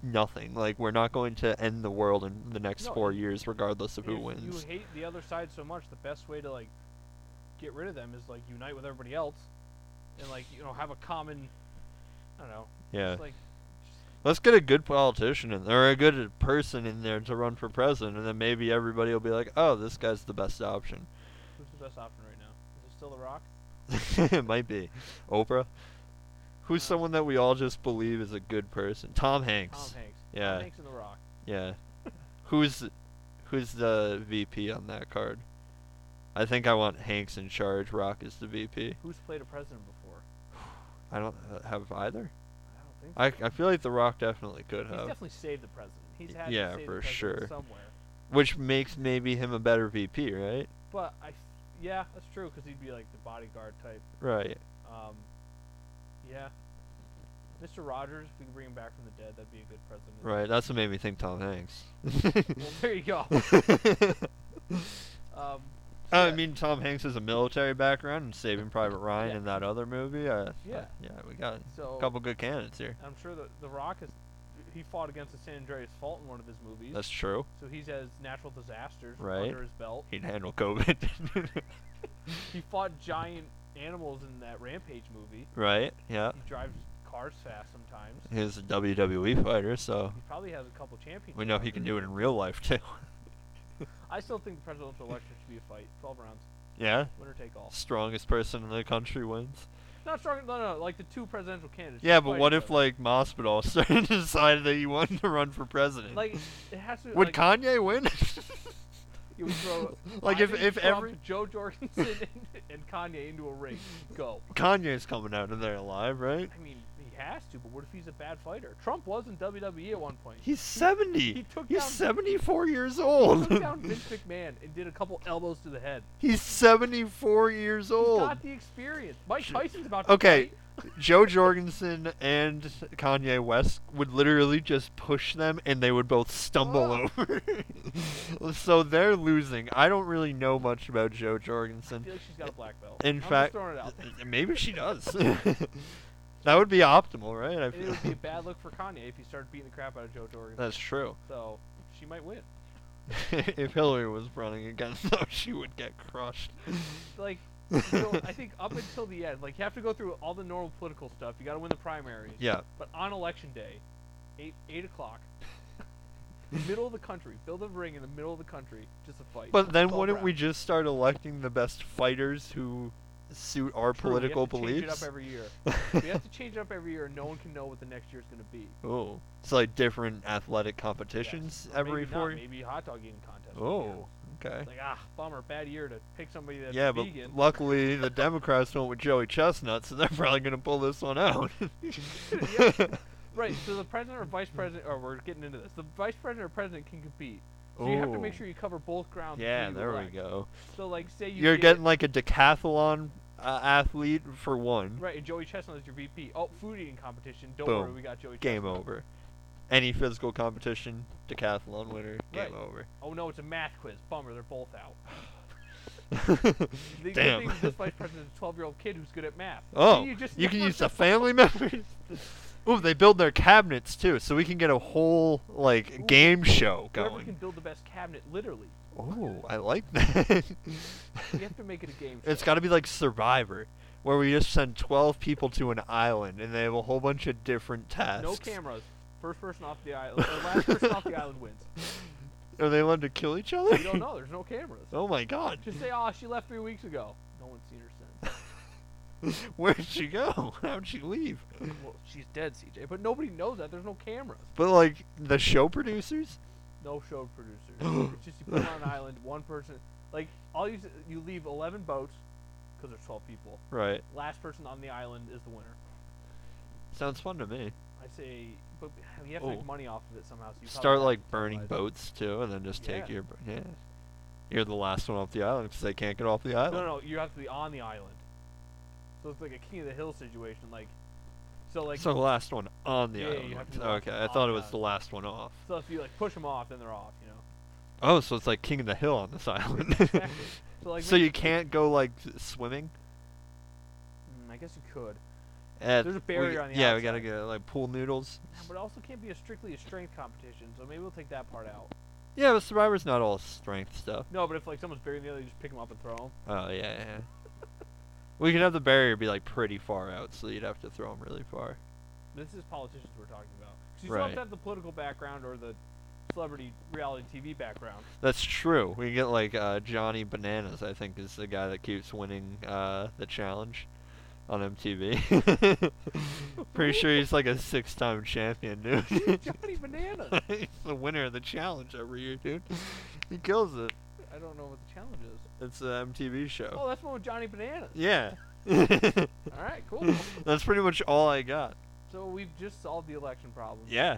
Speaker 2: nothing. Like, we're not going to end the world in the next
Speaker 1: No,
Speaker 2: four
Speaker 1: and-
Speaker 2: years, regardless of who
Speaker 1: if
Speaker 2: wins.
Speaker 1: You hate the other side so much. The best way to like get rid of them is like unite with everybody else, and like you know have a common. I don't know.
Speaker 2: yeah.
Speaker 1: Just, like
Speaker 2: Let's get a good politician in there, or a good person in there to run for president, and then maybe everybody will be like, "Oh, this guy's the best option."
Speaker 1: who's the best option right now? Is it still The Rock?
Speaker 2: it might be Oprah. Who's
Speaker 1: Uh,
Speaker 2: someone that we all just believe is a good person? Tom Hanks.
Speaker 1: Tom Hanks.
Speaker 2: Yeah,
Speaker 1: Tom Hanks and The Rock.
Speaker 2: yeah. who's who's the VP on that card? I think I want Hanks in charge. Rock is the VP.
Speaker 1: Who's played a president before?
Speaker 2: I don't uh, have either.
Speaker 1: I don't think.
Speaker 2: I I feel like the Rock definitely could
Speaker 1: so. He's
Speaker 2: have.
Speaker 1: definitely saved the president. He's
Speaker 2: Y-
Speaker 1: had
Speaker 2: yeah,
Speaker 1: to save
Speaker 2: for
Speaker 1: the president
Speaker 2: sure.
Speaker 1: somewhere.
Speaker 2: Which makes maybe him a better VP, right?
Speaker 1: But I, f- yeah, that's true because he'd be like the bodyguard type.
Speaker 2: Right.
Speaker 1: Um, yeah. Mr. Rogers, if we could bring him back from the dead, that'd be a good president.
Speaker 2: Right, that's what made me think Tom Hanks. Uh,
Speaker 1: Well, there you go. Um, so
Speaker 2: I
Speaker 1: yeah,
Speaker 2: mean, Tom Hanks has a military background and Saving Private Ryan
Speaker 1: Yeah.
Speaker 2: and that other movie. Uh,
Speaker 1: Yeah. Oh.
Speaker 2: yeah, we got
Speaker 1: so
Speaker 2: a couple good candidates here.
Speaker 1: I'm sure that The Rock is. He fought against the San Andreas Fault in one of his movies.
Speaker 2: That's true.
Speaker 1: so he has natural disasters
Speaker 2: Right.
Speaker 1: under his belt.
Speaker 2: He'd handle COVID.
Speaker 1: He fought giant animals in that Rampage movie.
Speaker 2: right, yeah.
Speaker 1: He drives cars fast sometimes.
Speaker 2: He was a WWE fighter, so
Speaker 1: He probably has a couple championships.
Speaker 2: we know he
Speaker 1: under
Speaker 2: can
Speaker 1: his
Speaker 2: do it in real life, too.
Speaker 1: belt. I still think the presidential election should be a fight. Twelve rounds,
Speaker 2: yeah?
Speaker 1: winner take all.
Speaker 2: Strongest person in the country wins.
Speaker 1: Not strong. No, no, like the two presidential candidates.
Speaker 2: Yeah,
Speaker 1: should
Speaker 2: but
Speaker 1: fight
Speaker 2: what
Speaker 1: each
Speaker 2: if,
Speaker 1: other.
Speaker 2: like, Mospedal started to decide that he wanted to run for president?
Speaker 1: like it has to
Speaker 2: Would
Speaker 1: like,
Speaker 2: Kanye win?
Speaker 1: you would throw
Speaker 2: like, if,
Speaker 1: Biden,
Speaker 2: if
Speaker 1: Trump,
Speaker 2: every.
Speaker 1: Joe Jorgensen and, and Kanye into a ring, go.
Speaker 2: Kanye's coming out of there alive, right?
Speaker 1: I mean, he has to, but what if he's a bad fighter? Trump was in WWE at one point.
Speaker 2: He's 70.
Speaker 1: he took
Speaker 2: He's
Speaker 1: down-
Speaker 2: 74 years
Speaker 1: He
Speaker 2: old.
Speaker 1: took down Vince McMahon and did a couple elbows to the head.
Speaker 2: He's 74 years
Speaker 1: He's
Speaker 2: old.
Speaker 1: got the experience. Mike
Speaker 2: Shit.
Speaker 1: Tyson's about to
Speaker 2: Oh. Okay,
Speaker 1: fight.
Speaker 2: Joe Jorgensen and Kanye West would literally just push them and they would both stumble
Speaker 1: Oh.
Speaker 2: over. so they're losing. I don't really know much about Joe
Speaker 1: I
Speaker 2: Jorgensen.
Speaker 1: feel like she's got a black belt.
Speaker 2: In
Speaker 1: I'm just
Speaker 2: fact,
Speaker 1: throwing it out. there.
Speaker 2: maybe she does. that would be optimal, right?
Speaker 1: And
Speaker 2: I
Speaker 1: it
Speaker 2: feel.
Speaker 1: would be a bad look for Kanye if he started beating the crap out of Joe Jorgensen.
Speaker 2: That's true.
Speaker 1: So she might win.
Speaker 2: if Hillary was running against them, she would get crushed.
Speaker 1: Like, so I think up until the end, like you have to go through all the normal political stuff. You got to win the primaries.
Speaker 2: yeah.
Speaker 1: But on election day, eight eight o'clock, middle of the country, build a ring in the middle of the country, just a fight.
Speaker 2: But then
Speaker 1: It's all
Speaker 2: wouldn't we
Speaker 1: crap.
Speaker 2: just start electing the best fighters who suit our
Speaker 1: True, we have
Speaker 2: political
Speaker 1: to
Speaker 2: beliefs?
Speaker 1: Change it up every year. we have to change it up every year, and no one can know what the next year's going to be.
Speaker 2: Oh, it's like different athletic
Speaker 1: Yes.
Speaker 2: competitions
Speaker 1: Or
Speaker 2: every
Speaker 1: maybe
Speaker 2: four.
Speaker 1: Not, maybe hot dog eating contest. would be
Speaker 2: oh, okay.
Speaker 1: on. Like ah, bummer, bad year to pick somebody that's
Speaker 2: yeah, but
Speaker 1: vegan.
Speaker 2: luckily the Democrats went with Joey Chestnut, so they're probably gonna pull this one out.
Speaker 1: Right, so the president or vice president, or we're getting into this. The vice president or president can compete. So you have to make
Speaker 2: Ooh.
Speaker 1: sure you cover both grounds. before
Speaker 2: Yeah,
Speaker 1: you
Speaker 2: there we
Speaker 1: elect.
Speaker 2: go.
Speaker 1: So like, say you
Speaker 2: You're
Speaker 1: get-
Speaker 2: getting like a decathlon uh, athlete for one.
Speaker 1: right, and Joey Chestnut is your VP. Oh, food eating competition. Don't worry,
Speaker 2: Boom.
Speaker 1: we got Joey.
Speaker 2: Game
Speaker 1: Chestnut.
Speaker 2: over. Any physical competition, decathlon winner.
Speaker 1: Right.
Speaker 2: Game over.
Speaker 1: Oh no, it's a math quiz. Bummer, they're both out. The good
Speaker 2: Damn.
Speaker 1: thing is this vice president is a 12 year old kid who's good at math. See,
Speaker 2: Oh,
Speaker 1: you, just
Speaker 2: can
Speaker 1: never
Speaker 2: use the
Speaker 1: know.
Speaker 2: family members. Ooh, they build their cabinets too, so we can get a whole like
Speaker 1: Ooh,
Speaker 2: game show
Speaker 1: Whoever can
Speaker 2: going.
Speaker 1: build the best cabinet, literally.
Speaker 2: Oh, I like that.
Speaker 1: You have to make it a game.
Speaker 2: it's
Speaker 1: show.
Speaker 2: got to be like Survivor, where we just send twelve people to an island and they have a whole bunch of different tasks.
Speaker 1: no cameras. First person off the island, or last person off the island wins.
Speaker 2: Are they allowed to kill each other?
Speaker 1: We don't know. There's no cameras.
Speaker 2: Oh my god,
Speaker 1: Just say, oh, she left three weeks ago. No one's seen her since.
Speaker 2: where'd she go? How'd she leave?
Speaker 1: well, she's dead, CJ. But nobody knows that. There's no cameras.
Speaker 2: But like the show producers,
Speaker 1: No show producers. it's just you put her on an island. One person, like all you s- you leave eleven boats, because there's twelve people.
Speaker 2: right?
Speaker 1: Last person on the island is the winner.
Speaker 2: Sounds fun to me.
Speaker 1: I say, but you have to
Speaker 2: Oh.
Speaker 1: make money off of it somehow. So you probably
Speaker 2: start
Speaker 1: have
Speaker 2: like
Speaker 1: to
Speaker 2: burning
Speaker 1: televise it.
Speaker 2: boats too, and then just take
Speaker 1: Yeah.
Speaker 2: your yeah. You're the last one off the island because they can't get off the island.
Speaker 1: No, no, you have to be on the island. So it's like a King of the Hill situation. Like, so like,
Speaker 2: so the last one on the
Speaker 1: Yeah, you
Speaker 2: island.
Speaker 1: have to be the last
Speaker 2: okay,
Speaker 1: one
Speaker 2: I
Speaker 1: off
Speaker 2: thought
Speaker 1: the
Speaker 2: it was the
Speaker 1: island.
Speaker 2: last one off.
Speaker 1: so if you like push them off, then they're off. You know.
Speaker 2: Oh, so it's like King of the Hill on this island.
Speaker 1: Exactly. So like,
Speaker 2: so
Speaker 1: maybe-
Speaker 2: you can't go like s- swimming.
Speaker 1: Mm, I guess you could.
Speaker 2: Uh,
Speaker 1: There's a
Speaker 2: we
Speaker 1: barrier
Speaker 2: g-
Speaker 1: on the
Speaker 2: Yeah, we gotta
Speaker 1: outside.
Speaker 2: get like pool noodles.
Speaker 1: Yeah, But it also can't be a strictly a strength competition, so maybe we'll take that part out.
Speaker 2: Yeah, but Survivor's not all strength stuff.
Speaker 1: No, but if like someone's burying the other, you just pick them up and throw them.
Speaker 2: Oh yeah, yeah. we could have the barrier be like pretty far out, so you'd have to throw them really far.
Speaker 1: This is politicians we're talking about. 'Cause you still have
Speaker 2: Right.
Speaker 1: to have the political background or the celebrity reality TV background.
Speaker 2: That's true. We get like uh, Johnny Bananas. I think is the guy that keeps winning uh, the challenge on MTV. Pretty sure he's like a six-time champion, dude.
Speaker 1: Johnny Bananas.
Speaker 2: he's the winner of the challenge every year, dude. He kills it.
Speaker 1: I don't know what the challenge is.
Speaker 2: It's an MTV show.
Speaker 1: Oh, that's one with Johnny Bananas.
Speaker 2: Yeah.
Speaker 1: All right, cool.
Speaker 2: That's pretty much all I got.
Speaker 1: so we've just solved the election problem.
Speaker 2: Yeah.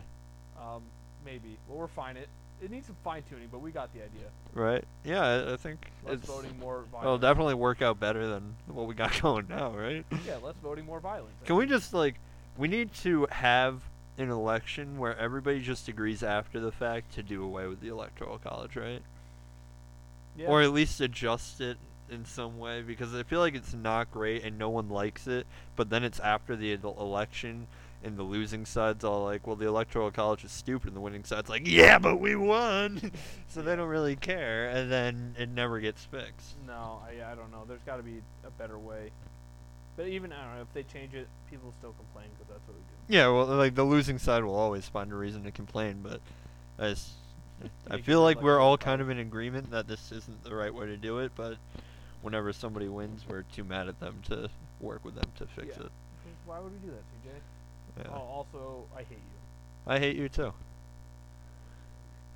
Speaker 1: Um, maybe. We'll refine it. It needs some fine tuning, but we got the idea.
Speaker 2: Right. Yeah, I, I think
Speaker 1: Less
Speaker 2: it's.
Speaker 1: voting, more violence.
Speaker 2: It'll definitely work out better than what we got going now, right?
Speaker 1: Yeah, less voting, more violence. I
Speaker 2: Can we
Speaker 1: think.
Speaker 2: just like we need to have an election where everybody just agrees after the fact to do away with the electoral college, right?
Speaker 1: Yeah.
Speaker 2: Or at least adjust it in some way because I feel like it's not great and no one likes it, but then it's after the el- election and the losing side's all like, "Well, the electoral college is stupid." And the winning side's like, "Yeah, but we won." so they don't really care and then it never gets fixed.
Speaker 1: No, I, I don't know. There's got to be a better way. But even I don't know if they change it, people still complain because that's what we do.
Speaker 2: Yeah, well, like the losing side will always find a reason to complain, but I, s- I
Speaker 1: Make it
Speaker 2: feel
Speaker 1: sound
Speaker 2: like
Speaker 1: like
Speaker 2: we're
Speaker 1: it's
Speaker 2: all
Speaker 1: our
Speaker 2: kind of in agreement that this isn't the right way to do it. But whenever somebody wins, we're too mad at them to work with them to fix
Speaker 1: Yeah.
Speaker 2: it.
Speaker 1: Why would we do that, CJ?
Speaker 2: Yeah.
Speaker 1: Oh, also, I hate you.
Speaker 2: I hate you too.